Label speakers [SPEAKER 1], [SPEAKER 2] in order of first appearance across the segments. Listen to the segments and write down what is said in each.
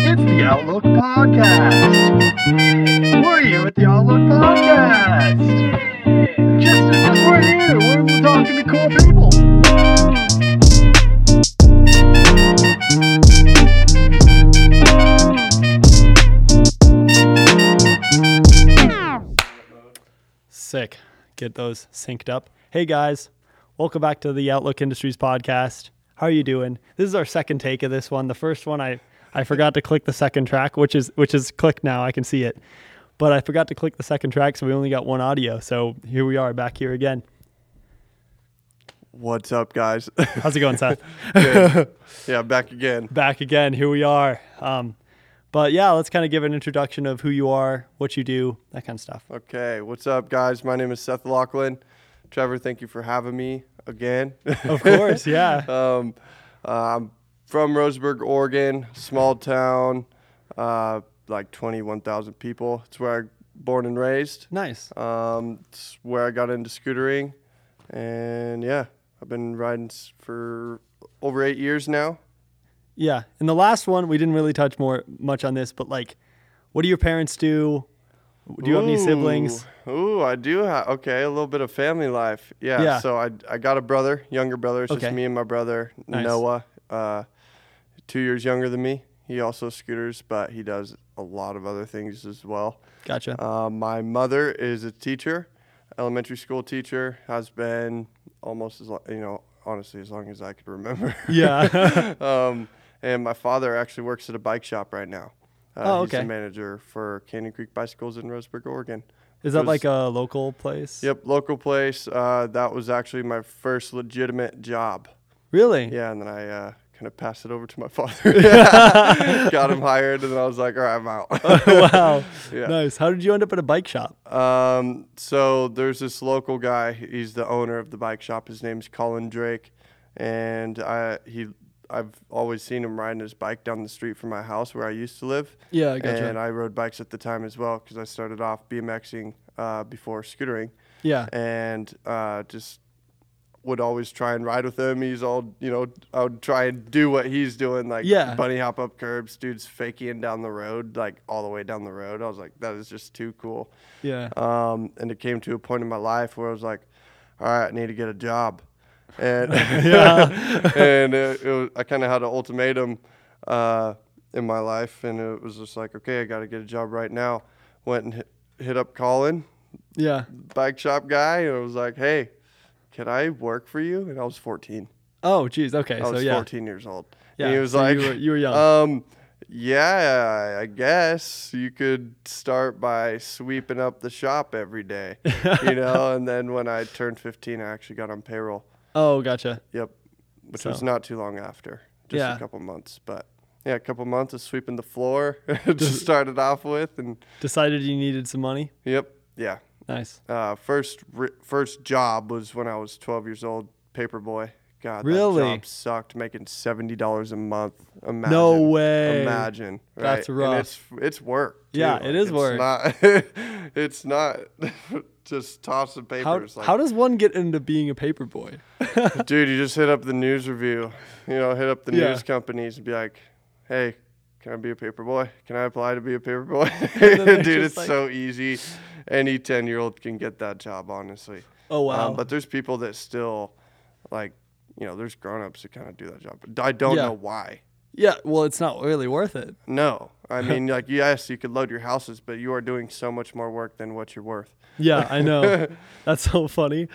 [SPEAKER 1] Outlook Podcast. We're here at the Outlook Podcast. Just as we're here, we're talking to cool people.
[SPEAKER 2] Sick. Get those synced up. Hey guys, welcome back to the Outlook Industries podcast. How are you doing? This is our second take of this one. The first one I I forgot to click the second track, which is which is clicked now. I can see it. But I forgot to click the second track, so we only got one audio. So here we are back here again.
[SPEAKER 3] What's up, guys?
[SPEAKER 2] How's it going, Seth?
[SPEAKER 3] Good. yeah, back again.
[SPEAKER 2] back again. Here we are. Um, but yeah, let's kind of give an introduction of who you are, what you do, that kind of stuff.
[SPEAKER 3] Okay, what's up, guys? My name is Seth Lachlan. Trevor, thank you for having me again.
[SPEAKER 2] Of course, yeah.
[SPEAKER 3] um, uh, I'm from Roseburg, Oregon, small town, uh, like 21,000 people. It's where I'm born and raised.
[SPEAKER 2] Nice.
[SPEAKER 3] Um, it's where I got into scootering, and yeah, I've been riding s- for over eight years now.
[SPEAKER 2] Yeah. And the last one, we didn't really touch more much on this, but like, what do your parents do? Do you have any siblings?
[SPEAKER 3] Ooh, ooh, I do have. Okay, a little bit of family life. Yeah.
[SPEAKER 2] Yeah.
[SPEAKER 3] So I I got a brother, younger brother. It's
[SPEAKER 2] Okay.
[SPEAKER 3] just me and my brother
[SPEAKER 2] Nice.
[SPEAKER 3] Noah, uh, two years younger than me. He also scooters, but he does a lot of other things as well.
[SPEAKER 2] Gotcha.
[SPEAKER 3] Uh, my mother is a teacher, elementary school teacher. Has been almost as lo- you know, honestly, as long as I could remember.
[SPEAKER 2] yeah.
[SPEAKER 3] um, and my father actually works at a bike shop right now. Uh,
[SPEAKER 2] Oh,
[SPEAKER 3] He's
[SPEAKER 2] okay.
[SPEAKER 3] the manager for Canyon Creek Bicycles in Roseburg, Oregon.
[SPEAKER 2] Is
[SPEAKER 3] It
[SPEAKER 2] that
[SPEAKER 3] was-
[SPEAKER 2] like a local place?
[SPEAKER 3] Yep, local place. Uh, that was actually my first legitimate job.
[SPEAKER 2] Really?
[SPEAKER 3] Yeah, and then I uh, kind of passed it over to my father. Got him hired, and then I was like, all right, I'm out.
[SPEAKER 2] wow.
[SPEAKER 3] Yeah.
[SPEAKER 2] Nice. How did you end up at a bike shop?
[SPEAKER 3] Um, so there's this local guy. He's the owner of the bike shop. His name's Colin Drake, and I he I've always seen him riding his bike down the street from my house where I used to live.
[SPEAKER 2] Yeah, I gotcha.
[SPEAKER 3] And I rode bikes at the time as well because I started off BMXing uh, before scootering,
[SPEAKER 2] Yeah.
[SPEAKER 3] and uh, just would always try and ride with him. He's all you know. I would try and do what he's doing, like
[SPEAKER 2] Yeah.
[SPEAKER 3] bunny hop up curbs. Dude's faking down the road, like all the way down the road. I was like, that is just too cool.
[SPEAKER 2] Yeah.
[SPEAKER 3] Um, and it came to a point in my life where I was like, all right, I need to get a job. And, and it, it was, I kind of had an ultimatum uh, in my life. And it was just like, okay, I got to get a job right now. Went and hit, hit up Colin,
[SPEAKER 2] Yeah.
[SPEAKER 3] bike shop guy, and I was like, hey, can I work for you? And I was 14.
[SPEAKER 2] Oh, geez. Okay.
[SPEAKER 3] I
[SPEAKER 2] so
[SPEAKER 3] was
[SPEAKER 2] yeah.
[SPEAKER 3] 14 years old.
[SPEAKER 2] Yeah,
[SPEAKER 3] And he was
[SPEAKER 2] so
[SPEAKER 3] like,
[SPEAKER 2] you were- you were young.
[SPEAKER 3] Um, yeah, I guess you could start by sweeping up the shop every day, you know. And then when I turned 15, I actually got on payroll.
[SPEAKER 2] Oh, gotcha.
[SPEAKER 3] Yep, which was
[SPEAKER 2] So-
[SPEAKER 3] not too long after, just
[SPEAKER 2] Yeah.
[SPEAKER 3] a couple months. But yeah, a couple months of sweeping the floor to started off with, and
[SPEAKER 2] Decided you needed some money.
[SPEAKER 3] yep, yeah.
[SPEAKER 2] Nice.
[SPEAKER 3] Uh, first ri first job was when I was 12 years old, paperboy. God,
[SPEAKER 2] Really?
[SPEAKER 3] that job sucked. Making seventy dollars a month. Imagine.
[SPEAKER 2] way.
[SPEAKER 3] Imagine. Right?
[SPEAKER 2] That's
[SPEAKER 3] And
[SPEAKER 2] rough.
[SPEAKER 3] it's it's work. too.
[SPEAKER 2] Yeah, it
[SPEAKER 3] Like,
[SPEAKER 2] is
[SPEAKER 3] it's
[SPEAKER 2] work.
[SPEAKER 3] Not, it's not just toss of
[SPEAKER 2] How,
[SPEAKER 3] papers. like,
[SPEAKER 2] how does one get into being a paper boy?
[SPEAKER 3] dude, you just hit up the news review. You know, hit up the
[SPEAKER 2] Yeah.
[SPEAKER 3] news companies and be like, hey, can I be a paper boy? Can I apply to be a paper boy?
[SPEAKER 2] they're
[SPEAKER 3] dude,
[SPEAKER 2] just
[SPEAKER 3] it's
[SPEAKER 2] like-
[SPEAKER 3] so easy. Any ten year old can get that job, honestly.
[SPEAKER 2] Oh, wow.
[SPEAKER 3] Um, but there's people that still, like, you know, there's grown ups that kind of do that job. But I don't
[SPEAKER 2] Yeah.
[SPEAKER 3] know why.
[SPEAKER 2] Yeah. Well, it's not really worth it.
[SPEAKER 3] No, I mean, like, yes, you could load your houses, but you are doing so much more work than what you're worth.
[SPEAKER 2] Yeah, I know. That's so funny.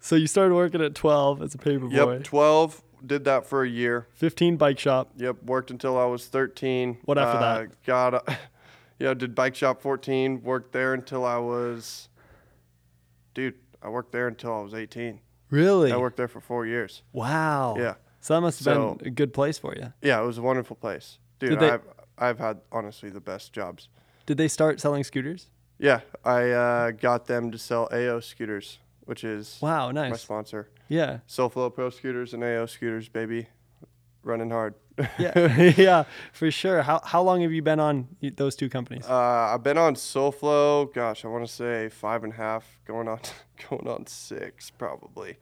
[SPEAKER 2] So you started working at 12 as a paper boy.
[SPEAKER 3] Yep, twelve did that for a year.
[SPEAKER 2] 15 bike shop.
[SPEAKER 3] Yep, worked until I was 13.
[SPEAKER 2] What after that?
[SPEAKER 3] Got, a, yeah, did bike shop 14. Worked there until I was, dude, I worked there until I was 18.
[SPEAKER 2] Really?
[SPEAKER 3] I worked there for four years.
[SPEAKER 2] Wow.
[SPEAKER 3] Yeah.
[SPEAKER 2] So that must have
[SPEAKER 3] So-
[SPEAKER 2] been a good place for you.
[SPEAKER 3] Yeah, it was a wonderful place,
[SPEAKER 2] Did
[SPEAKER 3] dude.
[SPEAKER 2] they-
[SPEAKER 3] I've I've had honestly the best jobs.
[SPEAKER 2] Did they start selling scooters?
[SPEAKER 3] Yeah, I uh, got them to sell AO scooters, which is
[SPEAKER 2] Wow,
[SPEAKER 3] my
[SPEAKER 2] nice.
[SPEAKER 3] sponsor.
[SPEAKER 2] Yeah.
[SPEAKER 3] Soulflow Pro scooters and AO scooters, baby, running hard.
[SPEAKER 2] Yeah. yeah, for sure. How how long have you been on y- those two companies?
[SPEAKER 3] Uh, I've been on SoulFlow. Gosh, I want to say five and a half, going on, going on six probably,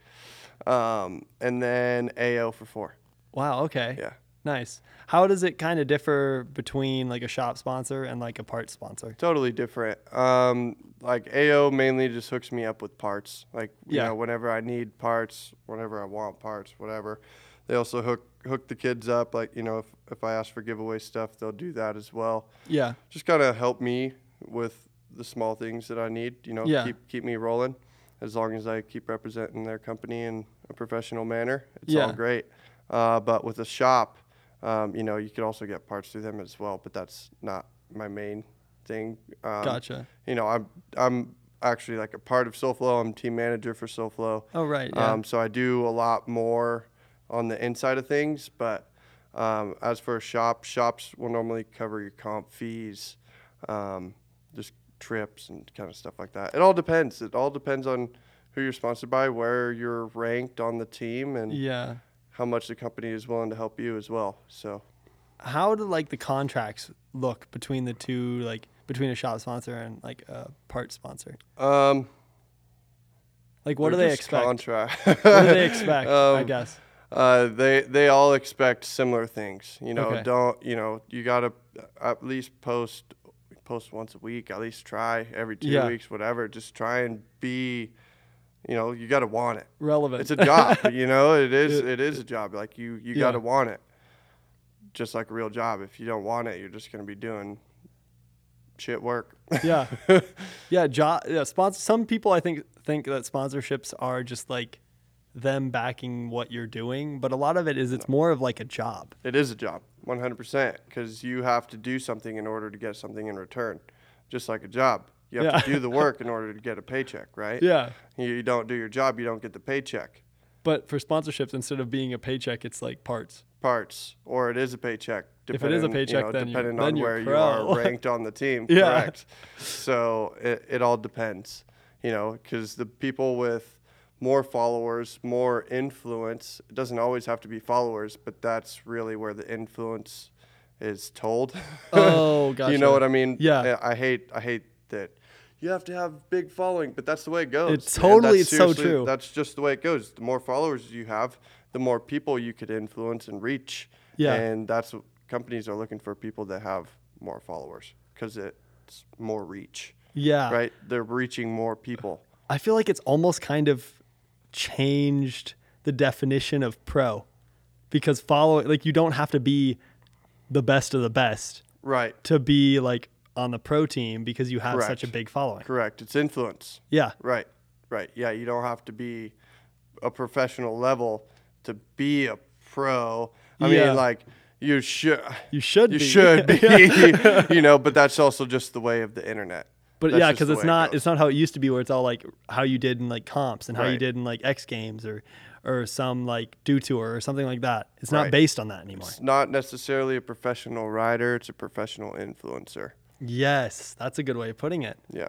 [SPEAKER 3] um, and then AO for four.
[SPEAKER 2] Wow, okay.
[SPEAKER 3] Yeah,
[SPEAKER 2] Nice. How does it kind of differ between like a shop sponsor and like a part sponsor?
[SPEAKER 3] Totally different. Um, like AO mainly just hooks me up with parts. Like you
[SPEAKER 2] Yeah.
[SPEAKER 3] know, whenever I need parts, whenever I want parts, whatever. They also hook hook the kids up. Like you know, if if I ask for giveaway stuff, they'll do that as well.
[SPEAKER 2] Yeah.
[SPEAKER 3] Just kind of help me with the small things that I need. You know,
[SPEAKER 2] Yeah.
[SPEAKER 3] keep keep me rolling. As long as I keep representing their company in a professional manner, it's all
[SPEAKER 2] Yeah.
[SPEAKER 3] great. Uh, but with a shop, um, you know, you can also get parts through them as well. But that's not my main thing. Um,
[SPEAKER 2] Gotcha.
[SPEAKER 3] you know, I'm I'm actually like a part of SoFlow. I'm team manager for SoFlow.
[SPEAKER 2] Oh right. Yeah.
[SPEAKER 3] Um, so I do a lot more on the inside of things. But um, as for a shop, shops will normally cover your comp fees, um, just trips and kind of stuff like that. It all depends. It all depends on who you're sponsored by, where you're ranked on the team, and
[SPEAKER 2] yeah.
[SPEAKER 3] how much the company is willing to help you as well. So
[SPEAKER 2] How do like the contracts look between the two like between a shop sponsor and like a part sponsor?
[SPEAKER 3] um,
[SPEAKER 2] Like what do
[SPEAKER 3] they're
[SPEAKER 2] they
[SPEAKER 3] just
[SPEAKER 2] expect?
[SPEAKER 3] Contract.
[SPEAKER 2] what do they expect? I
[SPEAKER 3] Um,
[SPEAKER 2] guess.
[SPEAKER 3] Uh, they they all expect similar things. You know,
[SPEAKER 2] Okay.
[SPEAKER 3] don't you know? You gotta at least post post once a week. At least try every two
[SPEAKER 2] Yeah.
[SPEAKER 3] weeks, whatever. Just try and be. You know, you gotta want it.
[SPEAKER 2] Relevant.
[SPEAKER 3] It's a job. you know, it is it is a job. Like you you
[SPEAKER 2] Yeah.
[SPEAKER 3] gotta want it. Just like a real job. If you don't want it, you're just gonna be doing shit work.
[SPEAKER 2] yeah. Yeah, jo- yeah, sponsor some people I think think that sponsorships are just like them backing what you're doing, but a lot of it is it's more of like a job.
[SPEAKER 3] It is a job, 100%, because you have to do something in order to get something in return, just like a job. You have to
[SPEAKER 2] Yeah.
[SPEAKER 3] do the work in order to get a paycheck, right?
[SPEAKER 2] Yeah.
[SPEAKER 3] You, you don't do your job, you don't get the paycheck.
[SPEAKER 2] But for sponsorships instead of being a paycheck, it's like parts.
[SPEAKER 3] Parts, or it is a paycheck.
[SPEAKER 2] If it is a
[SPEAKER 3] depending,
[SPEAKER 2] paycheck, then you-
[SPEAKER 3] depending
[SPEAKER 2] then
[SPEAKER 3] on
[SPEAKER 2] you're
[SPEAKER 3] where you
[SPEAKER 2] pro.
[SPEAKER 3] are ranked on the team,
[SPEAKER 2] Yeah.
[SPEAKER 3] correct? So it, it all depends, you know, because the people with more followers, more influence, it doesn't always have to be followers, but that's really where the influence is told.
[SPEAKER 2] Oh, gotcha.
[SPEAKER 3] You know what I mean?
[SPEAKER 2] Yeah.
[SPEAKER 3] I I hate I hate that you have to have big following, but that's the way it goes.
[SPEAKER 2] It's
[SPEAKER 3] man.
[SPEAKER 2] totally-
[SPEAKER 3] That's
[SPEAKER 2] it's so
[SPEAKER 3] seriously-
[SPEAKER 2] true.
[SPEAKER 3] That's just the way it goes. The more followers you have, the more people you could influence and reach.
[SPEAKER 2] Yeah.
[SPEAKER 3] And that's what companies are looking for people that have more followers because it's more reach,
[SPEAKER 2] Yeah.
[SPEAKER 3] right? They're reaching more people.
[SPEAKER 2] I feel like it's almost kind of changed the definition of pro because follow like you don't have to be the best of the best
[SPEAKER 3] Right.
[SPEAKER 2] to be like on the pro team because you have such
[SPEAKER 3] Correct.
[SPEAKER 2] a big following.
[SPEAKER 3] Correct. It's influence.
[SPEAKER 2] Yeah.
[SPEAKER 3] Right, right. Yeah, you don't have to be a professional level to be a pro. I
[SPEAKER 2] Yeah.
[SPEAKER 3] mean, like you should.
[SPEAKER 2] You should
[SPEAKER 3] You
[SPEAKER 2] be.
[SPEAKER 3] should be. you know, but that's also just the way of the internet.
[SPEAKER 2] But
[SPEAKER 3] That's
[SPEAKER 2] yeah,
[SPEAKER 3] just
[SPEAKER 2] because
[SPEAKER 3] the
[SPEAKER 2] it's
[SPEAKER 3] way it
[SPEAKER 2] not
[SPEAKER 3] goes.
[SPEAKER 2] it's not how it used to be where it's all like how you did in like comps and how you
[SPEAKER 3] Right.
[SPEAKER 2] did in like X Games or or some like do tour or something like that. It's not
[SPEAKER 3] Right.
[SPEAKER 2] based on that anymore.
[SPEAKER 3] It's not necessarily a professional rider. It's a professional influencer.
[SPEAKER 2] yes, that's a good way of putting it
[SPEAKER 3] Yeah,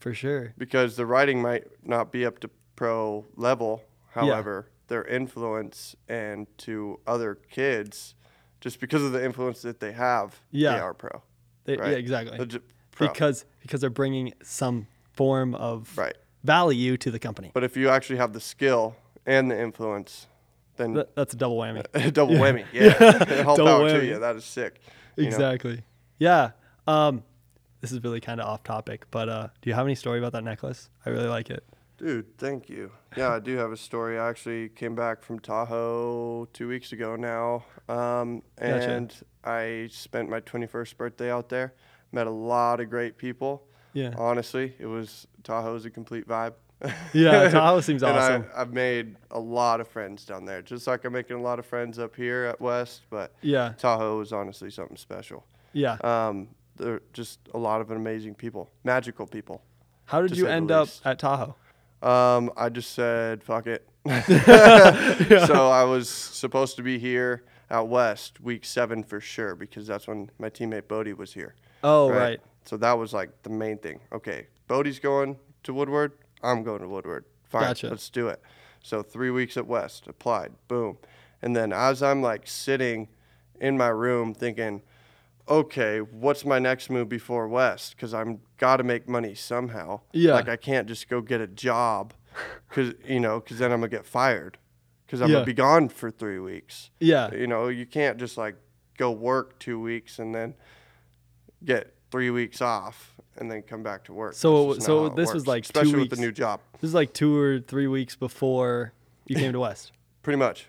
[SPEAKER 2] for sure.
[SPEAKER 3] because the riding might not be up to pro level. However, their influence and to other kids, just because of the influence that they have,
[SPEAKER 2] Yeah.
[SPEAKER 3] they are pro.
[SPEAKER 2] They-
[SPEAKER 3] Right.
[SPEAKER 2] Yeah, exactly.
[SPEAKER 3] They're ju- pro.
[SPEAKER 2] Because because they're bringing some form of
[SPEAKER 3] Right.
[SPEAKER 2] value to the company.
[SPEAKER 3] But if you actually have the skill and the influence, then
[SPEAKER 2] That, that's a double whammy.
[SPEAKER 3] double whammy. Yeah. All
[SPEAKER 2] Double
[SPEAKER 3] power to
[SPEAKER 2] whammy.
[SPEAKER 3] you. That is sick. you know?
[SPEAKER 2] exactly. Yeah. Um, this is really kind of off topic, but uh, do you have any story about that necklace? I really like it.
[SPEAKER 3] Dude, thank you. Yeah, I do have a story. I actually came back from Tahoe two weeks ago now. Um,
[SPEAKER 2] Gotcha.
[SPEAKER 3] and I spent my 21st birthday out there. Met a lot of great people.
[SPEAKER 2] Yeah.
[SPEAKER 3] Honestly, it was Tahoe's a complete vibe.
[SPEAKER 2] Yeah, Tahoe seems
[SPEAKER 3] And
[SPEAKER 2] awesome.
[SPEAKER 3] I, I've made a lot of friends down there, just like I'm making a lot of friends up here at West. But
[SPEAKER 2] Yeah.
[SPEAKER 3] Tahoe was honestly something special.
[SPEAKER 2] Yeah.
[SPEAKER 3] Um, they're just a lot of amazing people, magical people.
[SPEAKER 2] How did
[SPEAKER 3] to
[SPEAKER 2] you
[SPEAKER 3] say the
[SPEAKER 2] end up
[SPEAKER 3] least.
[SPEAKER 2] at Tahoe?
[SPEAKER 3] Um, I just said fuck it. So I was supposed to be here at West week seven for sure because that's when my teammate Bodie was here.
[SPEAKER 2] Oh, right.
[SPEAKER 3] So that was like the main thing. Okay, Bodie's going to Woodward. I'm going to Woodward. Fine,
[SPEAKER 2] Gotcha.
[SPEAKER 3] let's do it. So three weeks at West, applied, boom. And then as I'm like sitting in my room thinking, okay, what's my next move before West? Because I'm got to make money somehow.
[SPEAKER 2] Yeah.
[SPEAKER 3] Like I can't just go get a job, because you know, because then I'm gonna get fired. because I'm
[SPEAKER 2] Yeah.
[SPEAKER 3] gonna be gone for three weeks.
[SPEAKER 2] Yeah.
[SPEAKER 3] You know, you can't just like go work two weeks and then get three weeks off and then come back to work.
[SPEAKER 2] So
[SPEAKER 3] That's
[SPEAKER 2] it
[SPEAKER 3] just
[SPEAKER 2] wa- so
[SPEAKER 3] not how it
[SPEAKER 2] this was
[SPEAKER 3] works,
[SPEAKER 2] like two
[SPEAKER 3] especially with
[SPEAKER 2] weeks.
[SPEAKER 3] the new job,
[SPEAKER 2] This is like two or three weeks before you came to West.
[SPEAKER 3] pretty much.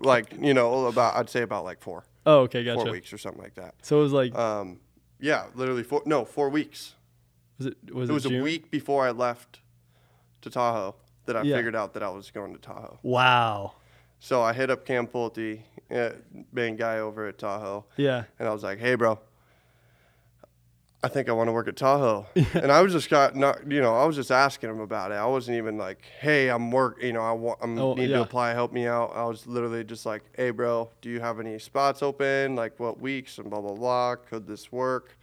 [SPEAKER 3] Like you know, about I'd say about like four,
[SPEAKER 2] Oh, okay,
[SPEAKER 3] four
[SPEAKER 2] gotcha.
[SPEAKER 3] weeks or something like that.
[SPEAKER 2] So it was like,
[SPEAKER 3] Um, yeah, literally four. No, four weeks.
[SPEAKER 2] was it was
[SPEAKER 3] It was
[SPEAKER 2] June?
[SPEAKER 3] a week before I left to Tahoe that I
[SPEAKER 2] Yeah.
[SPEAKER 3] figured out that I was going to Tahoe.
[SPEAKER 2] Wow.
[SPEAKER 3] So I hit up Cam Pulte, uh, main guy over at Tahoe,
[SPEAKER 2] Yeah.
[SPEAKER 3] and I was like, "Hey, bro, I think I want to work at Tahoe." And I was just got not, you know, I was just asking him about it. I wasn't even like, "Hey, I'm work, you know, I want, I
[SPEAKER 2] Oh,
[SPEAKER 3] need
[SPEAKER 2] yeah.
[SPEAKER 3] to apply, help me out." I was literally just like, "Hey, bro, do you have any spots open? Like, what weeks and blah blah blah? Could this work?"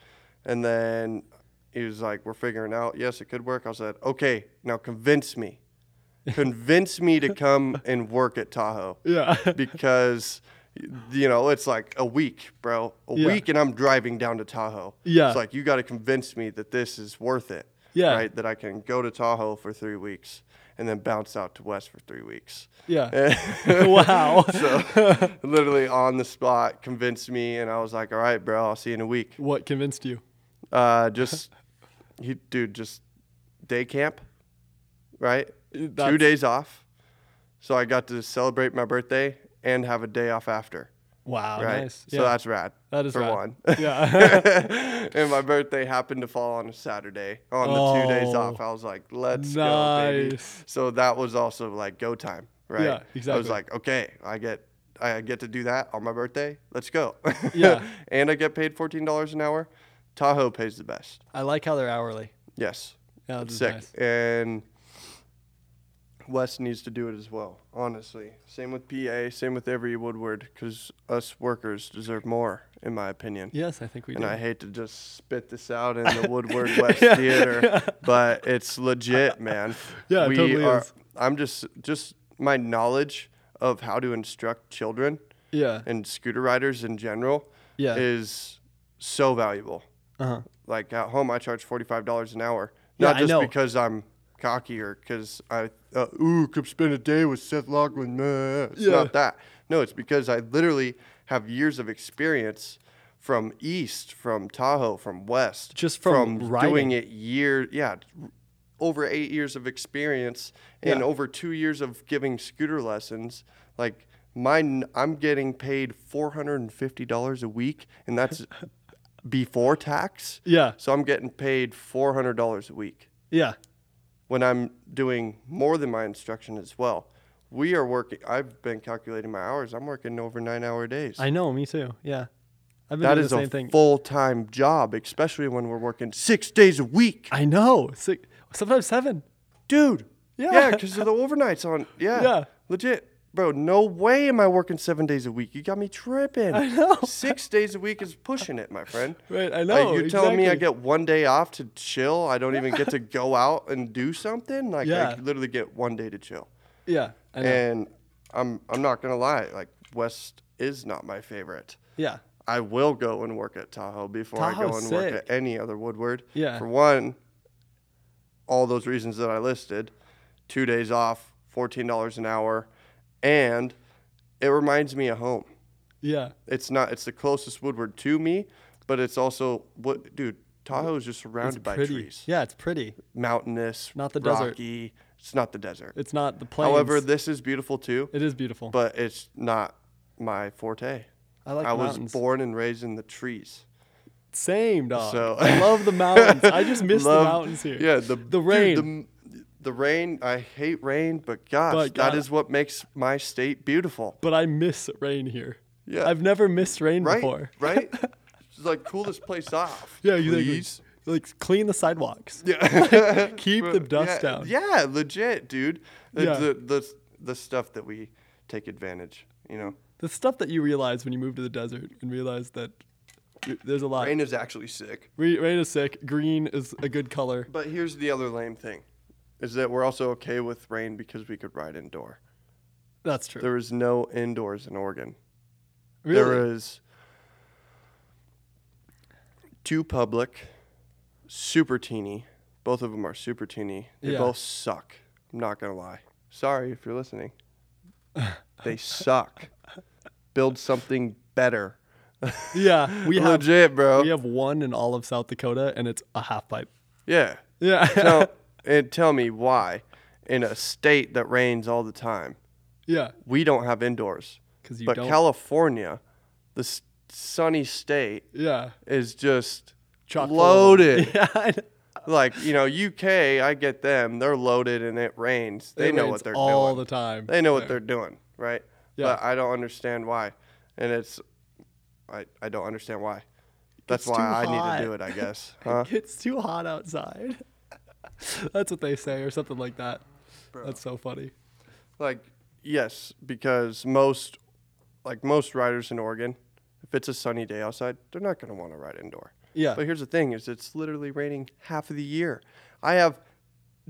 [SPEAKER 3] And then he was like, "We're figuring out. Yes, it could work." I said, "Okay, now convince me." convince me to come and work at Tahoe
[SPEAKER 2] Yeah.
[SPEAKER 3] because you know it's like a week, bro, a
[SPEAKER 2] Yeah.
[SPEAKER 3] week, and I'm driving down to Tahoe.
[SPEAKER 2] Yeah.
[SPEAKER 3] it's like you got to convince me that this is worth it.
[SPEAKER 2] Yeah.
[SPEAKER 3] right, that I can go to Tahoe for three weeks and then bounce out to West for three weeks.
[SPEAKER 2] yeah. wow.
[SPEAKER 3] so literally on the spot, convinced me, and I was like, "All right, bro, I'll see you in a week."
[SPEAKER 2] What convinced you?
[SPEAKER 3] Uh, just he, dude, just day camp, right?
[SPEAKER 2] That's-
[SPEAKER 3] Two days off, so I got to celebrate my birthday and have a day off after.
[SPEAKER 2] Wow.
[SPEAKER 3] right?
[SPEAKER 2] Oh, Nice.
[SPEAKER 3] So
[SPEAKER 2] Yeah.
[SPEAKER 3] that's rad.
[SPEAKER 2] That is
[SPEAKER 3] for
[SPEAKER 2] rad.
[SPEAKER 3] one.
[SPEAKER 2] yeah.
[SPEAKER 3] and my birthday happened to fall on a Saturday. On the two days off, I was like, "Let's go, baby."
[SPEAKER 2] Oh, Nice.
[SPEAKER 3] So that was also like go time, right?
[SPEAKER 2] Yeah,
[SPEAKER 3] I was
[SPEAKER 2] exactly.
[SPEAKER 3] like, "Okay, I get." I get to do that on my birthday. Let's go.
[SPEAKER 2] Yeah.
[SPEAKER 3] and I get paid fourteen dollars an hour. Tahoe pays the best.
[SPEAKER 2] I like how they're hourly.
[SPEAKER 3] Yes.
[SPEAKER 2] Yeah, this
[SPEAKER 3] It's
[SPEAKER 2] is
[SPEAKER 3] sick.
[SPEAKER 2] nice.
[SPEAKER 3] And West needs to do it as well, honestly. Same with PA, same with every Woodward, because us workers deserve more, in my opinion.
[SPEAKER 2] Yes, I think we
[SPEAKER 3] And
[SPEAKER 2] do.
[SPEAKER 3] I hate to just spit this out in the Woodward West Theater, but it's legit, man.
[SPEAKER 2] Yeah, it totally is.
[SPEAKER 3] I'm just just my knowledge of how to instruct children
[SPEAKER 2] yeah.
[SPEAKER 3] and scooter riders in general
[SPEAKER 2] Yeah.
[SPEAKER 3] is so valuable
[SPEAKER 2] Uh-huh.
[SPEAKER 3] like at home I charge forty five dollars an hour.
[SPEAKER 2] Yeah,
[SPEAKER 3] Not
[SPEAKER 2] I
[SPEAKER 3] just
[SPEAKER 2] know.
[SPEAKER 3] because I'm cocky or because I uh, ooh could spend a day with Seth Logman. meh. It's
[SPEAKER 2] Yeah.
[SPEAKER 3] not that. No, it's because I literally have years of experience from East, from Tahoe, from West,
[SPEAKER 2] Just from riding.
[SPEAKER 3] doing it year yeah, over eight years of experience and
[SPEAKER 2] Yeah.
[SPEAKER 3] over two years of giving scooter lessons. Like mine, I'm getting paid four hundred and fifty dollars a week, and that's before tax.
[SPEAKER 2] Yeah.
[SPEAKER 3] So I'm getting paid four hundred dollars a week
[SPEAKER 2] Yeah.
[SPEAKER 3] when I'm doing more than my instruction as well. We are working. I've been calculating my hours. I'm working over nine hour days.
[SPEAKER 2] I know. Me too. Yeah. I've been
[SPEAKER 3] that
[SPEAKER 2] doing
[SPEAKER 3] is
[SPEAKER 2] the same
[SPEAKER 3] a
[SPEAKER 2] thing.
[SPEAKER 3] full time job, especially when we're working six days a week,
[SPEAKER 2] I know. Six, sometimes seven.
[SPEAKER 3] dude.
[SPEAKER 2] Yeah.
[SPEAKER 3] yeah, because of the overnights on. Yeah,
[SPEAKER 2] Yeah.
[SPEAKER 3] legit, bro. No way am I working seven days a week. You got me tripping. I
[SPEAKER 2] know.
[SPEAKER 3] Six days a week is pushing it, my friend.
[SPEAKER 2] Right. I know.
[SPEAKER 3] Like, you're telling me I
[SPEAKER 2] exactly.
[SPEAKER 3] get one day off to chill. I don't even get to go out and do something. Like
[SPEAKER 2] Yeah.
[SPEAKER 3] I literally get one day to chill.
[SPEAKER 2] Yeah. I know.
[SPEAKER 3] And I'm I'm not gonna lie. Like West is not my favorite.
[SPEAKER 2] yeah.
[SPEAKER 3] I will go and work at Tahoe before I go
[SPEAKER 2] Tahoe's
[SPEAKER 3] and work
[SPEAKER 2] sick.
[SPEAKER 3] at any other Woodward.
[SPEAKER 2] Yeah.
[SPEAKER 3] For one, all those reasons that I listed, two days off, fourteen dollars an hour, and it reminds me of home
[SPEAKER 2] Yeah.
[SPEAKER 3] it's not it's the closest woodward to me but it's also what dude tahoe is just surrounded by
[SPEAKER 2] pretty.
[SPEAKER 3] trees
[SPEAKER 2] Yeah, it's pretty.
[SPEAKER 3] mountainous
[SPEAKER 2] Not the desert.
[SPEAKER 3] rocky desert. it's not the desert
[SPEAKER 2] It's not the plains.
[SPEAKER 3] however this is beautiful too
[SPEAKER 2] it is beautiful.
[SPEAKER 3] but it's not my forte
[SPEAKER 2] I like
[SPEAKER 3] i was
[SPEAKER 2] mountains.
[SPEAKER 3] born and raised in the trees
[SPEAKER 2] Same dog.
[SPEAKER 3] So-
[SPEAKER 2] I love the mountains. I just miss
[SPEAKER 3] Love-
[SPEAKER 2] the mountains here.
[SPEAKER 3] yeah the, dude,
[SPEAKER 2] rain.
[SPEAKER 3] the m- the rain i hate rain but gosh
[SPEAKER 2] But
[SPEAKER 3] that
[SPEAKER 2] God-
[SPEAKER 3] is what makes my state beautiful
[SPEAKER 2] But I miss rain here.
[SPEAKER 3] Yeah.
[SPEAKER 2] I've never missed rain
[SPEAKER 3] right
[SPEAKER 2] before.
[SPEAKER 3] right it's like coolest place off
[SPEAKER 2] Yeah, exactly.
[SPEAKER 3] please.
[SPEAKER 2] Like clean the sidewalks.
[SPEAKER 3] Yeah.
[SPEAKER 2] Keep the dust
[SPEAKER 3] yeah,
[SPEAKER 2] down.
[SPEAKER 3] Yeah, legit, dude. The,
[SPEAKER 2] Yeah.
[SPEAKER 3] the, the, the stuff that we take advantage, you know.
[SPEAKER 2] The stuff that you realize when you move to the desert and realize that y- there's a lot. Rain,
[SPEAKER 3] Rain is actually sick.
[SPEAKER 2] rain is sick. Green is a good color.
[SPEAKER 3] But here's the other lame thing is that we're also okay with rain because we could ride indoor.
[SPEAKER 2] That's true.
[SPEAKER 3] There is no indoors in Oregon.
[SPEAKER 2] really?
[SPEAKER 3] There is two public, super teeny. Both of them are super teeny. They
[SPEAKER 2] Yeah.
[SPEAKER 3] both suck. I'm not going to lie. Sorry if you're listening. They suck. Build something better.
[SPEAKER 2] Yeah, we have
[SPEAKER 3] Legit, bro.
[SPEAKER 2] we have one in all of South Dakota, and it's a half pipe.
[SPEAKER 3] Yeah.
[SPEAKER 2] Yeah,
[SPEAKER 3] Tell, and tell me why, in a state that rains all the time,
[SPEAKER 2] yeah.
[SPEAKER 3] we don't have indoors.
[SPEAKER 2] 'Cause you
[SPEAKER 3] but
[SPEAKER 2] don't.
[SPEAKER 3] California, the s- sunny state,
[SPEAKER 2] Yeah.
[SPEAKER 3] is just
[SPEAKER 2] Chock full of 'em.
[SPEAKER 3] loaded.
[SPEAKER 2] Yeah. I know.
[SPEAKER 3] Like you know, UK, I get them. They're loaded and it rains. They
[SPEAKER 2] It
[SPEAKER 3] know
[SPEAKER 2] rains
[SPEAKER 3] what they're
[SPEAKER 2] all
[SPEAKER 3] doing.
[SPEAKER 2] the time.
[SPEAKER 3] They know what
[SPEAKER 2] there.
[SPEAKER 3] they're doing, right?
[SPEAKER 2] Yeah.
[SPEAKER 3] But I don't understand why, and it's, I I don't understand why. That's
[SPEAKER 2] It's
[SPEAKER 3] why
[SPEAKER 2] too
[SPEAKER 3] I need
[SPEAKER 2] hot.
[SPEAKER 3] to do it, I guess. Huh?
[SPEAKER 2] It's too hot outside. That's what they say, or something like that. That's so funny.
[SPEAKER 3] Like, yes, because most, like most riders in Oregon, if it's a sunny day outside, they're not going to want to ride indoor.
[SPEAKER 2] Yeah.
[SPEAKER 3] But here's the thing: is it's literally raining half of the year. I have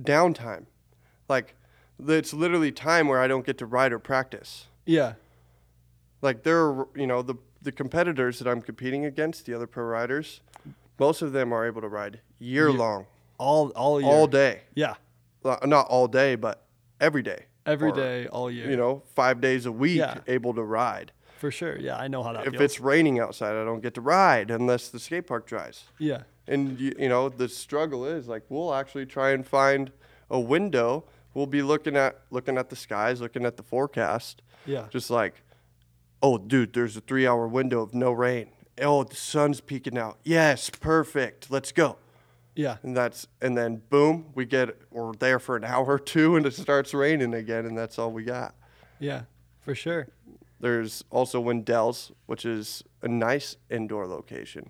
[SPEAKER 3] downtime, like it's literally time where I don't get to ride or practice.
[SPEAKER 2] Yeah.
[SPEAKER 3] Like there, are, you know, the the competitors that I'm competing against, the other pro riders, most of them are able to ride year long,
[SPEAKER 2] All all year.
[SPEAKER 3] all day.
[SPEAKER 2] Yeah.
[SPEAKER 3] Well, Not all day, but every day.
[SPEAKER 2] Every
[SPEAKER 3] Or,
[SPEAKER 2] day, all year.
[SPEAKER 3] You know, five days a week,
[SPEAKER 2] Yeah.
[SPEAKER 3] able to ride.
[SPEAKER 2] For sure. Yeah, I know how that
[SPEAKER 3] if
[SPEAKER 2] feels.
[SPEAKER 3] it's raining outside, I don't get to ride unless the skate park dries.
[SPEAKER 2] yeah.
[SPEAKER 3] And you, you know, the struggle is like we'll actually try and find a window. We'll be looking at looking at the skies, looking at the forecast.
[SPEAKER 2] Yeah.
[SPEAKER 3] Just like, oh, dude, there's a three-hour window of no rain. Oh, the sun's peeking out. Yes, perfect. Let's go.
[SPEAKER 2] Yeah.
[SPEAKER 3] And that's and then boom, we get we're there for an hour or two, and it starts raining again, and that's all we got.
[SPEAKER 2] Yeah. For sure.
[SPEAKER 3] There's also Wendell's, which is a nice indoor location,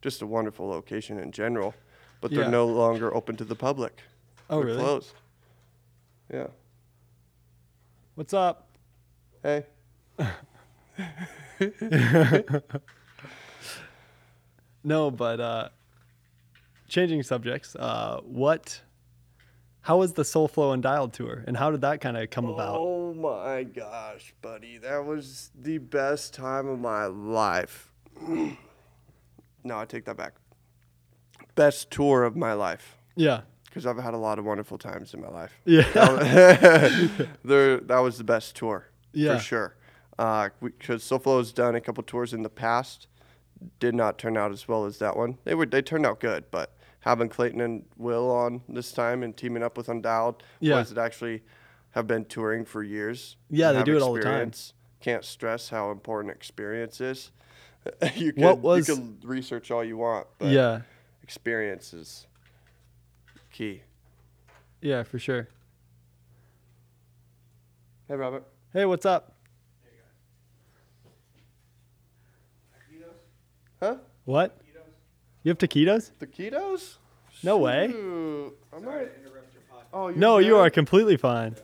[SPEAKER 3] just a wonderful location in general, but they're
[SPEAKER 2] Yeah.
[SPEAKER 3] no longer open to the public.
[SPEAKER 2] Oh,
[SPEAKER 3] they're
[SPEAKER 2] really?
[SPEAKER 3] Closed. Yeah.
[SPEAKER 2] What's up?
[SPEAKER 3] Hey.
[SPEAKER 2] No, but uh changing subjects. Uh what how was the Soulflow and Dialed tour and how did that kind of come about?
[SPEAKER 3] Oh my gosh, buddy, that was the best time of my life. no, I take that back. Best tour of my life.
[SPEAKER 2] Yeah.
[SPEAKER 3] because I've had a lot of wonderful times in my life.
[SPEAKER 2] Yeah.
[SPEAKER 3] there, that was the best tour
[SPEAKER 2] Yeah.
[SPEAKER 3] for sure. Because uh, Soulflow has done a couple tours in the past, did not turn out as well as that one. They were they turned out good, but having Clayton and Will on this time and teaming up with Undialed
[SPEAKER 2] Yeah.
[SPEAKER 3] boys that actually have been touring for years.
[SPEAKER 2] Yeah,
[SPEAKER 3] and
[SPEAKER 2] they
[SPEAKER 3] have
[SPEAKER 2] do it all the time.
[SPEAKER 3] experience. Can't stress how important experience is. you can,
[SPEAKER 2] What was-
[SPEAKER 3] you can research all you want, but
[SPEAKER 2] yeah.
[SPEAKER 3] experience is key.
[SPEAKER 2] Yeah, for sure.
[SPEAKER 3] Hey, Robert.
[SPEAKER 2] Hey, what's up?
[SPEAKER 3] Huh?
[SPEAKER 2] What? You have taquitos?
[SPEAKER 3] The ketos?
[SPEAKER 2] No way.
[SPEAKER 3] Shoot. I'm Sorry Oh, you're
[SPEAKER 2] No, you
[SPEAKER 3] good.
[SPEAKER 2] are completely fine.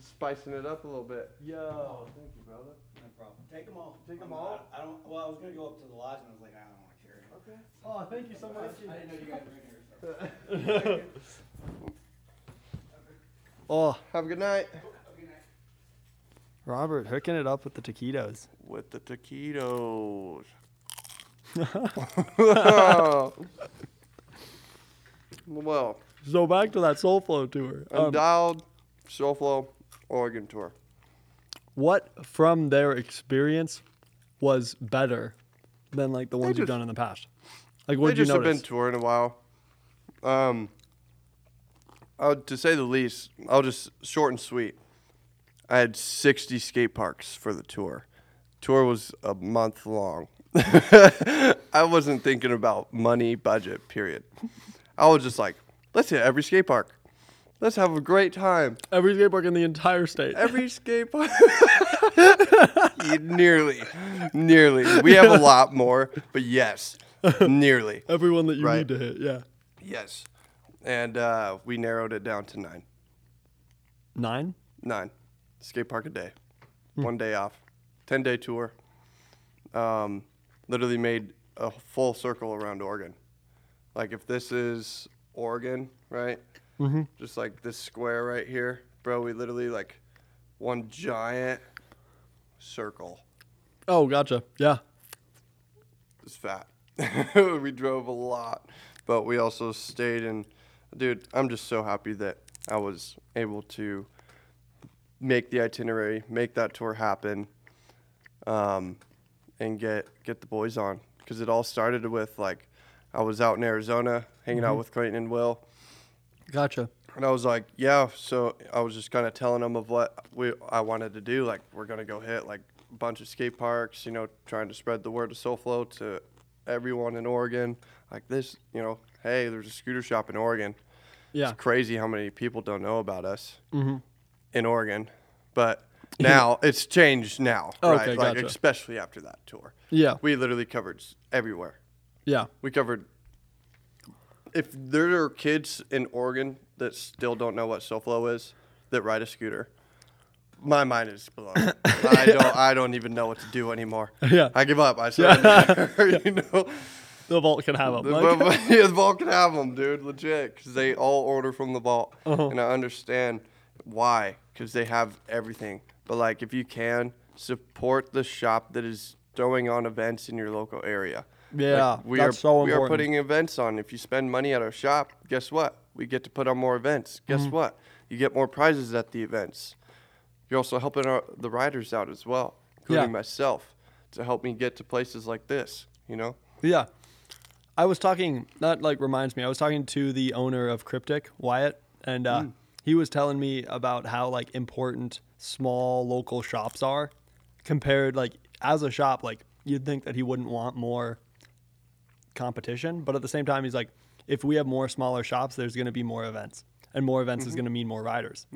[SPEAKER 3] spicing it up a little bit. Yo, thank you, brother.
[SPEAKER 4] No problem. Take them all.
[SPEAKER 3] Take 'em
[SPEAKER 4] I'm
[SPEAKER 3] all?
[SPEAKER 4] not- I don't, well, I was gonna go up to the lodge and I was like, I don't
[SPEAKER 2] Oh,
[SPEAKER 3] Okay.
[SPEAKER 4] wanna carry them.
[SPEAKER 2] thank you so much.
[SPEAKER 4] I didn't know you guys were in here. so-
[SPEAKER 2] Oh,
[SPEAKER 3] Have a good night.
[SPEAKER 2] Robert hooking it up with the taquitos.
[SPEAKER 3] With the taquitos. well,
[SPEAKER 2] So back to that Soulflow tour. Um,
[SPEAKER 3] Undialed, Soulflow, Oregon tour.
[SPEAKER 2] what from their experience was better than like the ones you've
[SPEAKER 3] just-
[SPEAKER 2] done in the past? Like
[SPEAKER 3] They
[SPEAKER 2] what did you
[SPEAKER 3] just have been
[SPEAKER 2] notice?
[SPEAKER 3] touring a while. Um, uh, to say the least, I'll just short and sweet. I had 60 skate parks for the tour. Tour was a month long. I wasn't thinking about money, budget, period. I was just like, let's hit every skate park. Let's have a great time.
[SPEAKER 2] Every skate park in the entire state.
[SPEAKER 3] Every skate park. Yeah, nearly. Nearly. We have a lot more, but yes, nearly.
[SPEAKER 2] Everyone that you
[SPEAKER 3] Right.
[SPEAKER 2] need to hit. Yeah.
[SPEAKER 3] Yes. And uh, we narrowed it down to nine.
[SPEAKER 2] Nine.
[SPEAKER 3] Nine. Skate park a day. One day off. 10 day tour. Um, literally made a full circle around Oregon. Like, if this is Oregon, right? Mm-hmm. Just like this square right here, bro, we literally like one giant circle.
[SPEAKER 2] Oh, gotcha. Yeah.
[SPEAKER 3] It's fat. we drove a lot, but we also stayed in. Dude, I'm just so happy that I was able to make the itinerary, make that tour happen, um, and get get the boys on because it all started with like I was out in Arizona hanging out with Clayton and Will,
[SPEAKER 2] Gotcha.
[SPEAKER 3] and I was like, yeah. So I was just kind of telling them of what we I wanted to do. Like we're gonna go hit like a bunch of skate parks. You know, trying to spread the word of SoFlo to everyone in Oregon. Like this, you know, hey, there's a scooter shop in Oregon.
[SPEAKER 2] Yeah. Mm-hmm.
[SPEAKER 3] It's crazy how many people don't know about us in Oregon, but now it's changed now,
[SPEAKER 2] Okay,
[SPEAKER 3] right? Like
[SPEAKER 2] gotcha.
[SPEAKER 3] especially after that tour,
[SPEAKER 2] Yeah.
[SPEAKER 3] we literally covered s- everywhere.
[SPEAKER 2] Yeah.
[SPEAKER 3] We covered. If there are kids in Oregon that still don't know what SoFlo is, that ride a scooter, my mind is blown. I don't. I don't even know what to do anymore.
[SPEAKER 2] Yeah.
[SPEAKER 3] I give up. I surrender. you know,
[SPEAKER 2] The vault can have a
[SPEAKER 3] the,
[SPEAKER 2] mic.
[SPEAKER 3] yeah, the vault can have them, dude. Legit, because they all order from the vault,
[SPEAKER 2] Uh-huh.
[SPEAKER 3] and I understand why, because they have everything. But like, if you can support the shop that is throwing on events in your local area.
[SPEAKER 2] Yeah,
[SPEAKER 3] we
[SPEAKER 2] that's
[SPEAKER 3] are
[SPEAKER 2] so
[SPEAKER 3] we are
[SPEAKER 2] important.
[SPEAKER 3] putting events on. If you spend money at our shop, guess what? We get to put on more events. Guess
[SPEAKER 2] Mm-hmm.
[SPEAKER 3] what? You get more prizes at the events. You're also helping our, the riders out as well, including myself, to help me get to places like this. You know.
[SPEAKER 2] Yeah. I was talking, that like reminds me, I was talking to the owner of Cryptic, Wyatt, and uh, he was telling me about how like important small local shops are compared like as a shop, like you'd think that he wouldn't want more competition, but at the same time he's like if we have more smaller shops, there's going to be more events, and more events is going to mean more riders.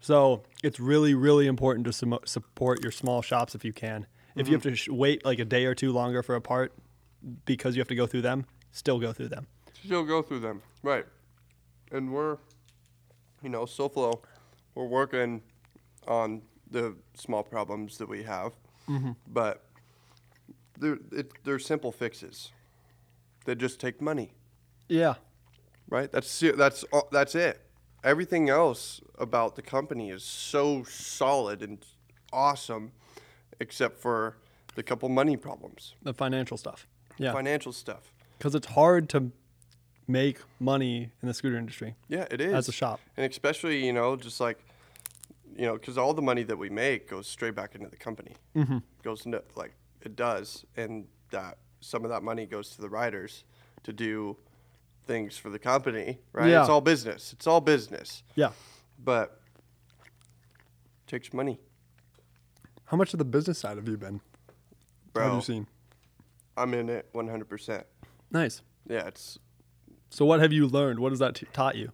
[SPEAKER 2] So it's really, really important to sumo- support your small shops if you can. If you have to sh- wait like a day or two longer for a part because you have to go through them, still go through them.
[SPEAKER 3] still go through them. Right. And we're, you know, SoFlo, we're working on the small problems that we have,
[SPEAKER 2] Mm-hmm.
[SPEAKER 3] but they're, it, they're simple fixes. They just take money,
[SPEAKER 2] Yeah.
[SPEAKER 3] right? That's se- that's all- that's it. Everything else about the company is so solid and awesome, except for the couple money problems,
[SPEAKER 2] The financial stuff. Yeah.
[SPEAKER 3] financial stuff.
[SPEAKER 2] Because it's hard to make money in the scooter industry.
[SPEAKER 3] Yeah, it is.
[SPEAKER 2] As a shop.
[SPEAKER 3] And especially, you know, just like, you know, because all the money that we make goes straight back into the company. Mm-hmm. Goes into, like, it does. And that some of that money goes to the riders to do things for the company, right?
[SPEAKER 2] Yeah.
[SPEAKER 3] It's all business. It's all business.
[SPEAKER 2] Yeah.
[SPEAKER 3] But it takes money,
[SPEAKER 2] How much of the business side have you been?
[SPEAKER 3] bro.
[SPEAKER 2] Have you seen?
[SPEAKER 3] I'm in it 100%.
[SPEAKER 2] Nice.
[SPEAKER 3] Yeah, it's
[SPEAKER 2] So what have you learned? What has that t- taught you?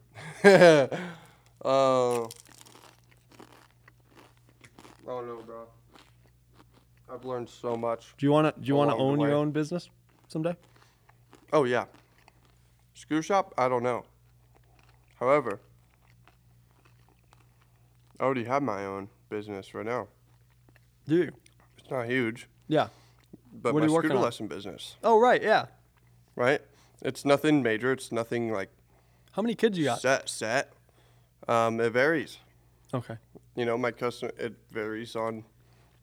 [SPEAKER 3] oh. I don't know, bro. I've learned so much.
[SPEAKER 2] Do you want to do you want to
[SPEAKER 3] Along the
[SPEAKER 2] own your
[SPEAKER 3] way.
[SPEAKER 2] own business someday?
[SPEAKER 3] Oh yeah. Screw shop? I don't know. However, I already have my own business right now.
[SPEAKER 2] Do you?
[SPEAKER 3] It's not huge,
[SPEAKER 2] Yeah.
[SPEAKER 3] but
[SPEAKER 2] What are
[SPEAKER 3] my
[SPEAKER 2] you working
[SPEAKER 3] scooter
[SPEAKER 2] on?
[SPEAKER 3] lesson business,
[SPEAKER 2] Oh right, yeah.
[SPEAKER 3] right? It's nothing major. It's nothing like
[SPEAKER 2] How many kids you got?
[SPEAKER 3] set set. Um, it varies.
[SPEAKER 2] Okay.
[SPEAKER 3] you know my customer it varies on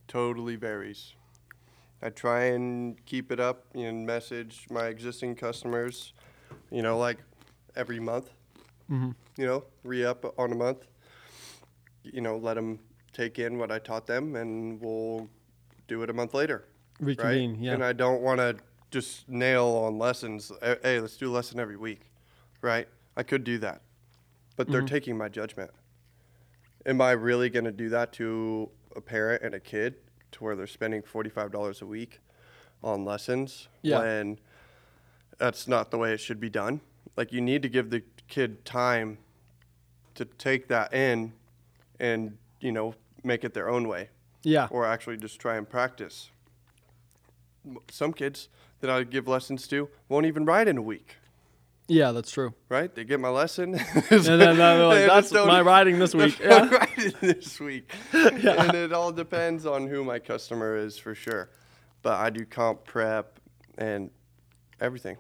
[SPEAKER 3] totally varies i try and keep it up and message my existing customers you know like every month you know re-up on a month you know let them take in what i taught them and we'll do it a month later
[SPEAKER 2] Reconvene,
[SPEAKER 3] right
[SPEAKER 2] yeah.
[SPEAKER 3] and i don't want to just nail on lessons Eh, hey let's do a lesson every week right i could do that but they're
[SPEAKER 2] Mm-hmm.
[SPEAKER 3] taking my judgment am I really going to do that to a parent and a kid to where they're spending $45 a week on lessons
[SPEAKER 2] Yeah.
[SPEAKER 3] when that's not the way it should be done? Like, you need to give the kid time to take that in and, you know, make it their own way
[SPEAKER 2] Yeah.
[SPEAKER 3] or actually just try and practice. M- Some kids that I give lessons to won't even ride in a week.
[SPEAKER 2] Yeah, that's true.
[SPEAKER 3] Right, they get my lesson, and
[SPEAKER 2] then they're like, "That's my riding this week." Yeah.
[SPEAKER 3] riding this week, and it all depends on who my customer is for sure. But I do comp prep and everything.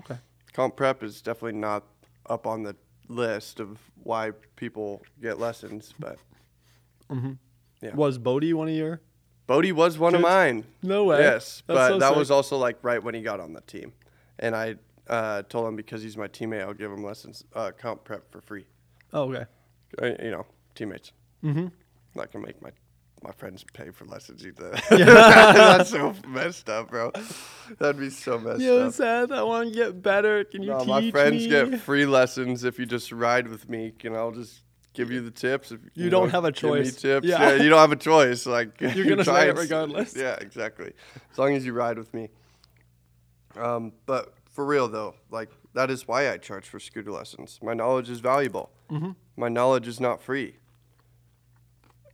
[SPEAKER 2] Okay.
[SPEAKER 3] Comp prep is definitely not up on the list of why people get lessons, but Yeah.
[SPEAKER 2] Was Bodie one of your?
[SPEAKER 3] Bodie was one of mine.
[SPEAKER 2] No way.
[SPEAKER 3] Yes,
[SPEAKER 2] That's
[SPEAKER 3] but
[SPEAKER 2] so
[SPEAKER 3] that
[SPEAKER 2] sick.
[SPEAKER 3] was also like right when he got on the team, and I uh, told him because he's my teammate, I'll give him lessons uh, comp prep for free.
[SPEAKER 2] Oh, okay. Mm-hmm.
[SPEAKER 3] uh, you know, teammates. I'm not gonna make my my friends pay for lessons either. That's so messed up, bro. That'd be so messed
[SPEAKER 2] Yo,
[SPEAKER 3] up.
[SPEAKER 2] Seth, I want to get better. Can you
[SPEAKER 3] No,
[SPEAKER 2] teach
[SPEAKER 3] my friends
[SPEAKER 2] me?
[SPEAKER 3] get free lessons if you just ride with me, and I'll just give you the tips. If,
[SPEAKER 2] You don't have a
[SPEAKER 3] give me
[SPEAKER 2] choice.
[SPEAKER 3] tips.
[SPEAKER 2] Yeah.
[SPEAKER 3] Yeah. you don't have a choice. Like
[SPEAKER 2] You're
[SPEAKER 3] you
[SPEAKER 2] gonna
[SPEAKER 3] try
[SPEAKER 2] try it
[SPEAKER 3] and s-
[SPEAKER 2] regardless.
[SPEAKER 3] Yeah, exactly. As long as you ride with me. Um, but for real though, like that is why I charge for scooter lessons. My knowledge is valuable.
[SPEAKER 2] Mm-hmm.
[SPEAKER 3] My knowledge is not free.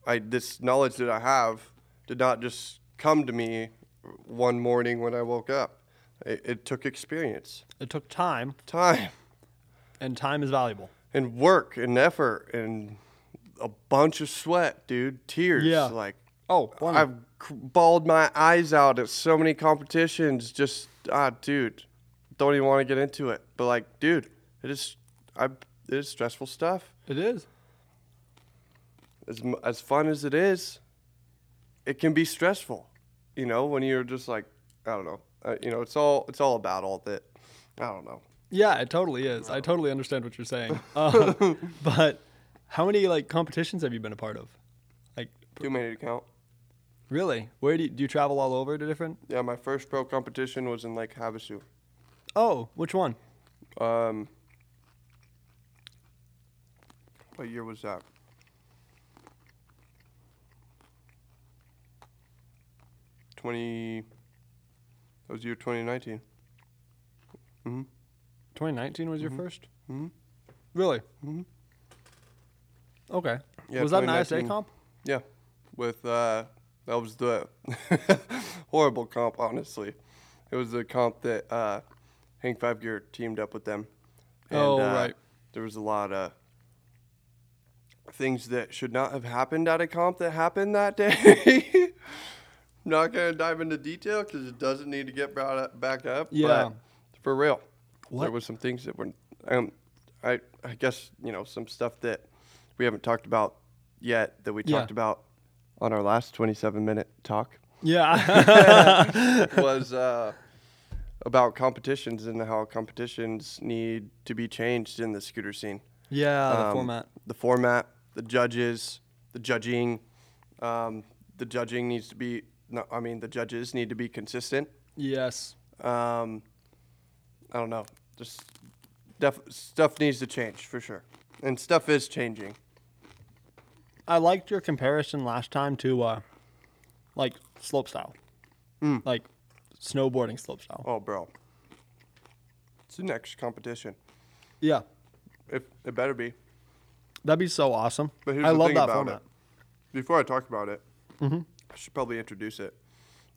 [SPEAKER 3] I this knowledge that I have did not just come to me one morning when I woke up. It, it took experience,
[SPEAKER 2] It took time,
[SPEAKER 3] time
[SPEAKER 2] and time is valuable.
[SPEAKER 3] and work and effort and a bunch of sweat, dude. Tears.
[SPEAKER 2] Yeah.
[SPEAKER 3] Like,
[SPEAKER 2] Oh, one
[SPEAKER 3] I've c- bawled my eyes out at so many competitions. Just, ah, dude, don't even want to get into it. But, like, dude, it is, I, it is stressful stuff.
[SPEAKER 2] it is.
[SPEAKER 3] As, m- as fun as it is, it can be stressful, you know, when you're just like, I don't know. Uh, you know, it's all, it's all about all that. I don't know.
[SPEAKER 2] Yeah, it totally is. I totally understand what you're saying. Uh, but how many like competitions have you been a part of? Like,
[SPEAKER 3] Too many to count.
[SPEAKER 2] really? Where do you, do you travel all over to different?
[SPEAKER 3] Yeah, my first pro competition was in Lake Havasu.
[SPEAKER 2] Oh, which one?
[SPEAKER 3] Um, what year was that? Twenty. That was year twenty nineteen.
[SPEAKER 2] 2019 was your first.
[SPEAKER 3] Mhm.
[SPEAKER 2] Really?
[SPEAKER 3] Mhm.
[SPEAKER 2] Okay.
[SPEAKER 3] Yeah,
[SPEAKER 2] was that an ISA
[SPEAKER 3] 2019.
[SPEAKER 2] comp?
[SPEAKER 3] Yeah, with uh, that was the horrible comp. Honestly, it was the comp that uh, Hank Five Gear teamed up with them.
[SPEAKER 2] Oh,
[SPEAKER 3] uh,
[SPEAKER 2] right.
[SPEAKER 3] There was a lot of things that should not have happened at a comp that happened that day. not gonna dive into detail because it doesn't need to get brought up, back up.
[SPEAKER 2] Yeah.
[SPEAKER 3] But for real,
[SPEAKER 2] What?
[SPEAKER 3] there was some things that were, um, I I guess you know some stuff that we haven't talked about yet that we
[SPEAKER 2] Yeah.
[SPEAKER 3] talked about on our last 27 minute talk
[SPEAKER 2] Yeah.
[SPEAKER 3] was uh, about competitions and how competitions need to be changed in the scooter scene.
[SPEAKER 2] yeah, the
[SPEAKER 3] Um,
[SPEAKER 2] format.
[SPEAKER 3] The format, the judges, the judging. Um, the judging needs to be, no, I mean, the judges need to be consistent.
[SPEAKER 2] Yes.
[SPEAKER 3] Um, I don't know. Just def- stuff needs to change for sure. And stuff is changing.
[SPEAKER 2] I liked your comparison last time to uh, like slope style, like snowboarding slope style.
[SPEAKER 3] Mm. Oh, bro. It's the next competition.
[SPEAKER 2] Yeah,
[SPEAKER 3] If it better be.
[SPEAKER 2] that'd be so awesome.
[SPEAKER 3] But here's
[SPEAKER 2] I
[SPEAKER 3] the
[SPEAKER 2] love
[SPEAKER 3] thing
[SPEAKER 2] that
[SPEAKER 3] about
[SPEAKER 2] format. Mm-hmm.
[SPEAKER 3] it. Before I talk about it, I should probably introduce it.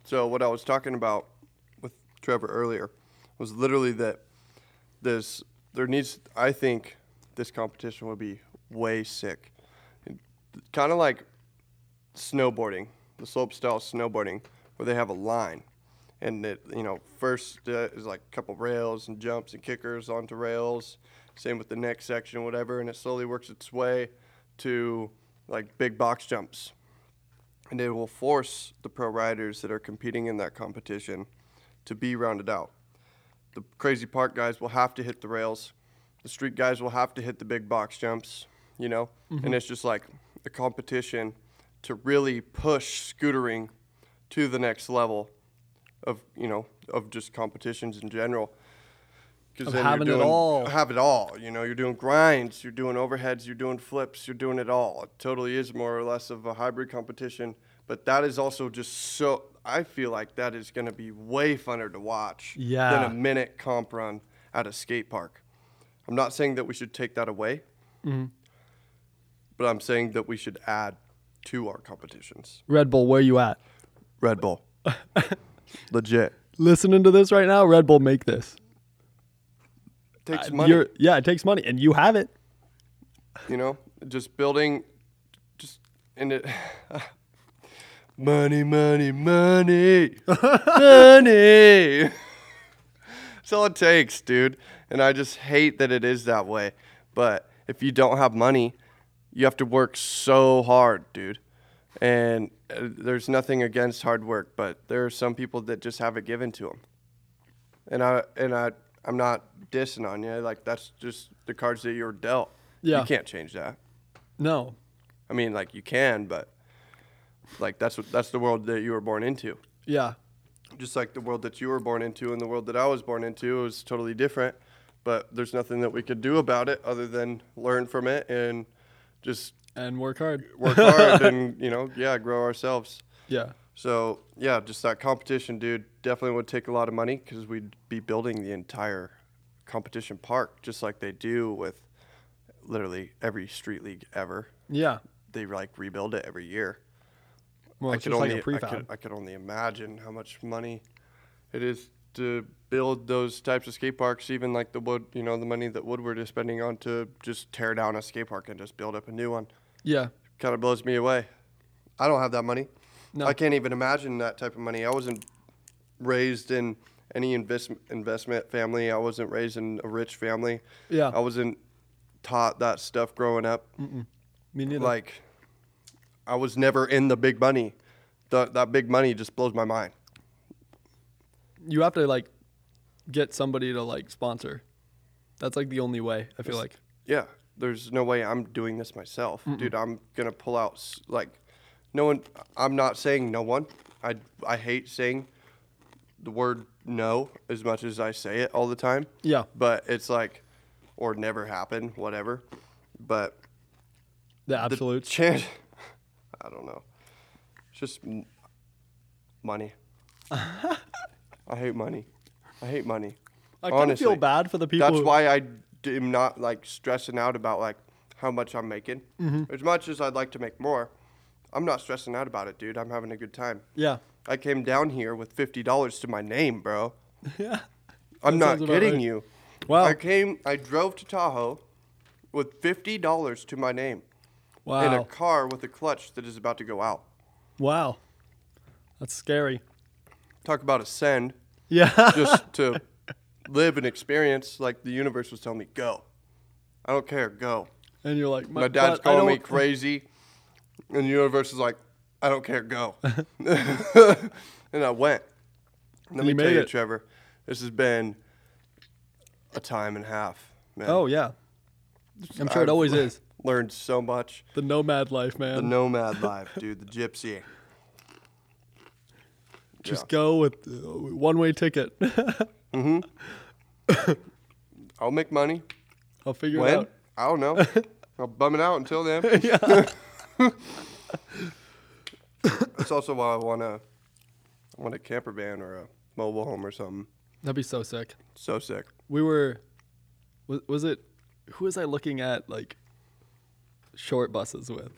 [SPEAKER 3] So what I was talking about with Trevor earlier was literally that this there needs I think this competition would be way sick. Kind of like snowboarding, the slope style snowboarding, where they have a line, and it you know first uh, is like a couple rails and jumps and kickers onto rails. Same with the next section, whatever, and it slowly works its way to like big box jumps, and it will force the pro riders that are competing in that competition to be rounded out. The crazy park guys will have to hit the rails. The street guys will have to hit the big box jumps, you know?
[SPEAKER 2] Mm-hmm.
[SPEAKER 3] And it's just like a competition to really push scootering to the next level of, you know, of just competitions in general. 'Cause
[SPEAKER 2] Of
[SPEAKER 3] then you're
[SPEAKER 2] having it
[SPEAKER 3] doing-
[SPEAKER 2] all.
[SPEAKER 3] Have it all. You know, you're doing grinds, you're doing overheads, you're doing flips, you're doing it all. It totally is more or less of a hybrid competition, but that is also just so. I feel like that is going to be way funner to watch than
[SPEAKER 2] Yeah.
[SPEAKER 3] a minute comp run at a skate park. I'm not saying that we should take that away,
[SPEAKER 2] Mm-hmm.
[SPEAKER 3] but I'm saying that we should add to our competitions.
[SPEAKER 2] Red Bull, where you at?
[SPEAKER 3] Red Bull, legit
[SPEAKER 2] Listening to this right now, Red Bull make this.
[SPEAKER 3] takes
[SPEAKER 2] Uh,
[SPEAKER 3] money.
[SPEAKER 2] you're- yeah, it takes money, and you have it.
[SPEAKER 3] you know just building just and it money money money money that's all it takes dude and i just hate that it is that way but if you don't have money you have to work so hard dude and uh, there's nothing against hard work but there are some people that just have it given to them and I and I I'm not dissing on you. Like that's just the cards that you were dealt.
[SPEAKER 2] Yeah.
[SPEAKER 3] You can't change that.
[SPEAKER 2] No,
[SPEAKER 3] I mean, like you can, but like that's what that's the world that you were born into.
[SPEAKER 2] Yeah.
[SPEAKER 3] Just like the world that you were born into and the world that I was born into is totally different. But there's nothing that we could do about it other than learn from it and just
[SPEAKER 2] And work hard.
[SPEAKER 3] work hard and you know yeah grow ourselves.
[SPEAKER 2] Yeah.
[SPEAKER 3] So yeah, just that competition, dude. Definitely would take a lot of money because we'd be building the entire competition park, just like they do with literally every street league ever.
[SPEAKER 2] Yeah.
[SPEAKER 3] They like rebuild it every year.
[SPEAKER 2] Well,
[SPEAKER 3] I
[SPEAKER 2] it's
[SPEAKER 3] could
[SPEAKER 2] just
[SPEAKER 3] only
[SPEAKER 2] like a
[SPEAKER 3] I
[SPEAKER 2] prefab.
[SPEAKER 3] could, I could only imagine how much money it is to build those types of skate parks. Even like the wood, you know, the money that Woodward is spending on to just tear down a skate park and just build up a new one
[SPEAKER 2] yeah.
[SPEAKER 3] kind of blows me away. I don't have that money.
[SPEAKER 2] No.
[SPEAKER 3] I can't even imagine that type of money. I wasn't raised in any invest- investment family. I wasn't raised in a rich family.
[SPEAKER 2] Yeah.
[SPEAKER 3] I wasn't taught that stuff growing up.
[SPEAKER 2] Me neither.
[SPEAKER 3] Like, I was never in the big money. The, that big money just blows my mind.
[SPEAKER 2] you have to like get somebody to like sponsor. That's like the only way I feel like.
[SPEAKER 3] Yeah, there's no way I'm doing this myself, dude. I'm gonna pull out s- like, no one. I'm not saying no one. I I hate saying the word no as much as I say it all the time.
[SPEAKER 2] Yeah.
[SPEAKER 3] But it's like, or never happen, whatever. But
[SPEAKER 2] The absolutes.
[SPEAKER 3] chance, I don't know. It's just m- money. I hate money. I hate money.
[SPEAKER 2] I kind of feel
[SPEAKER 3] Honestly.
[SPEAKER 2] bad for the people.
[SPEAKER 3] That's
[SPEAKER 2] who-
[SPEAKER 3] why I d- am not like stressing out about like how much I'm making.
[SPEAKER 2] Mm-hmm.
[SPEAKER 3] As much as I'd like to make more, I'm not stressing out about it, dude. I'm having a good time.
[SPEAKER 2] Yeah.
[SPEAKER 3] I came down here with fifty dollars to my name, bro.
[SPEAKER 2] Yeah. That
[SPEAKER 3] I'm not
[SPEAKER 2] sounds about
[SPEAKER 3] kidding
[SPEAKER 2] right.
[SPEAKER 3] you.
[SPEAKER 2] Wow.
[SPEAKER 3] I came. I drove to Tahoe with fifty dollars to my name in a
[SPEAKER 2] Wow.
[SPEAKER 3] car with a clutch that is about to go out.
[SPEAKER 2] Wow. That's scary.
[SPEAKER 3] Talk about a send
[SPEAKER 2] Yeah.
[SPEAKER 3] just to live an experience. Like the universe was telling me, go. I don't care. Go.
[SPEAKER 2] and you're like my,
[SPEAKER 3] My dad's
[SPEAKER 2] but I
[SPEAKER 3] calling me
[SPEAKER 2] don't-
[SPEAKER 3] crazy, and the universe is like, I don't care, go. and I went.
[SPEAKER 2] And
[SPEAKER 3] Let me
[SPEAKER 2] you
[SPEAKER 3] tell
[SPEAKER 2] made
[SPEAKER 3] you,
[SPEAKER 2] it.
[SPEAKER 3] Trevor, this has been a time and a half, man.
[SPEAKER 2] Oh yeah. I'm sure it
[SPEAKER 3] I've
[SPEAKER 2] always is.
[SPEAKER 3] Learned so much.
[SPEAKER 2] The nomad life,
[SPEAKER 3] The
[SPEAKER 2] man.
[SPEAKER 3] nomad life, dude, the gypsy.
[SPEAKER 2] Just
[SPEAKER 3] yeah.
[SPEAKER 2] go with uh, one-way ticket.
[SPEAKER 3] I'll make money.
[SPEAKER 2] I'll figure it
[SPEAKER 3] When?
[SPEAKER 2] out.
[SPEAKER 3] I don't know. I'll bum it out until then.
[SPEAKER 2] Yeah.
[SPEAKER 3] That's also why I want a, I want a camper van or a mobile home or something.
[SPEAKER 2] That'd be so sick.
[SPEAKER 3] So sick.
[SPEAKER 2] we were was, was it who was i looking at like short buses with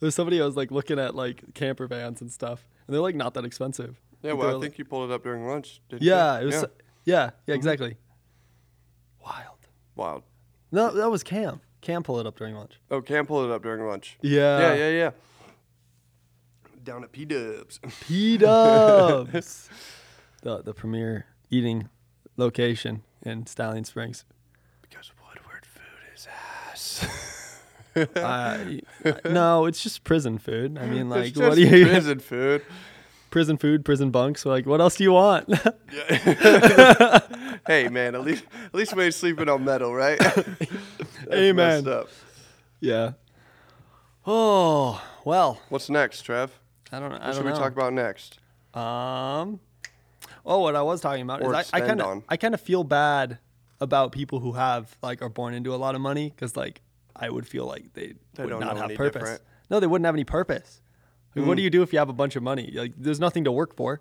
[SPEAKER 2] there's somebody i was like looking at like camper vans and stuff and they're like not that expensive
[SPEAKER 3] Yeah,
[SPEAKER 2] Like,
[SPEAKER 3] well,
[SPEAKER 2] they're,
[SPEAKER 3] I
[SPEAKER 2] like-
[SPEAKER 3] think you pulled it up during lunch. Didn't
[SPEAKER 2] yeah
[SPEAKER 3] you?
[SPEAKER 2] it was yeah yeah, exactly wild
[SPEAKER 3] Wild.
[SPEAKER 2] no that was cam cam pulled it up during lunch
[SPEAKER 3] Oh, Cam pulled it up during lunch.
[SPEAKER 2] yeah
[SPEAKER 3] yeah, yeah, yeah. Down at P Dubs.
[SPEAKER 2] p-dubs the, the premier eating location in stallion springs
[SPEAKER 3] because Woodward food is ass.
[SPEAKER 2] I, no it's just prison food i mean like
[SPEAKER 3] it's
[SPEAKER 2] what
[SPEAKER 3] just
[SPEAKER 2] do you
[SPEAKER 3] prison food.
[SPEAKER 2] prison food, prison bunks. Like, what else do you want?
[SPEAKER 3] Yeah. hey man, at least at least we ain't sleeping on metal, right? That's
[SPEAKER 2] Amen.
[SPEAKER 3] messed up.
[SPEAKER 2] yeah. Oh well,
[SPEAKER 3] What's next, Trev?
[SPEAKER 2] I don't. I
[SPEAKER 3] What
[SPEAKER 2] don't
[SPEAKER 3] should
[SPEAKER 2] know.
[SPEAKER 3] we talk about next?
[SPEAKER 2] about? Um. Oh, what I was talking about
[SPEAKER 3] Or
[SPEAKER 2] is I
[SPEAKER 3] expand
[SPEAKER 2] kind of
[SPEAKER 3] on.
[SPEAKER 2] I kind of feel bad about people who have like are born into a lot of money because like I would feel like they,
[SPEAKER 3] They
[SPEAKER 2] would
[SPEAKER 3] don't
[SPEAKER 2] not
[SPEAKER 3] know
[SPEAKER 2] have
[SPEAKER 3] any
[SPEAKER 2] purpose.
[SPEAKER 3] different. Mm.
[SPEAKER 2] No, they wouldn't have any purpose. Like, What do you do if you have a bunch of money? Like, there's nothing to work for.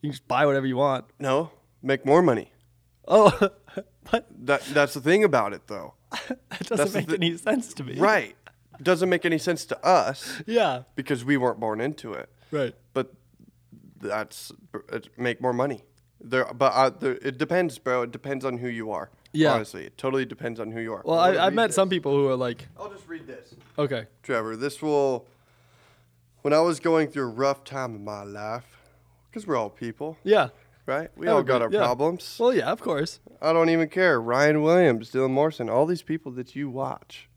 [SPEAKER 2] You just buy whatever you want.
[SPEAKER 3] No, make more money.
[SPEAKER 2] Oh, but
[SPEAKER 3] That that's the thing about it, though.
[SPEAKER 2] that
[SPEAKER 3] That's
[SPEAKER 2] doesn't
[SPEAKER 3] the
[SPEAKER 2] make
[SPEAKER 3] thi-
[SPEAKER 2] any sense to me.
[SPEAKER 3] Right? Doesn't make any sense to us
[SPEAKER 2] Yeah.
[SPEAKER 3] because we weren't born into it.
[SPEAKER 2] Right.
[SPEAKER 3] but that's it's make more money. There, but I, there, it depends, bro. It depends on who you are.
[SPEAKER 2] Yeah.
[SPEAKER 3] honestly, it totally depends on who you are.
[SPEAKER 2] Well,
[SPEAKER 3] I'm
[SPEAKER 2] I,
[SPEAKER 3] gonna
[SPEAKER 2] I've
[SPEAKER 3] read
[SPEAKER 2] met
[SPEAKER 3] this.
[SPEAKER 2] some people who are like,
[SPEAKER 3] I'll just read this,
[SPEAKER 2] okay,
[SPEAKER 3] Trevor. This will. When I was going through a rough time in my life, because we're all people,
[SPEAKER 2] yeah.
[SPEAKER 3] right? We
[SPEAKER 2] I
[SPEAKER 3] all
[SPEAKER 2] would
[SPEAKER 3] got
[SPEAKER 2] be-
[SPEAKER 3] our
[SPEAKER 2] yeah.
[SPEAKER 3] problems.
[SPEAKER 2] Well, yeah, of course.
[SPEAKER 3] I don't even care. Ryan Williams, Dylan Morrison, all these people that you watch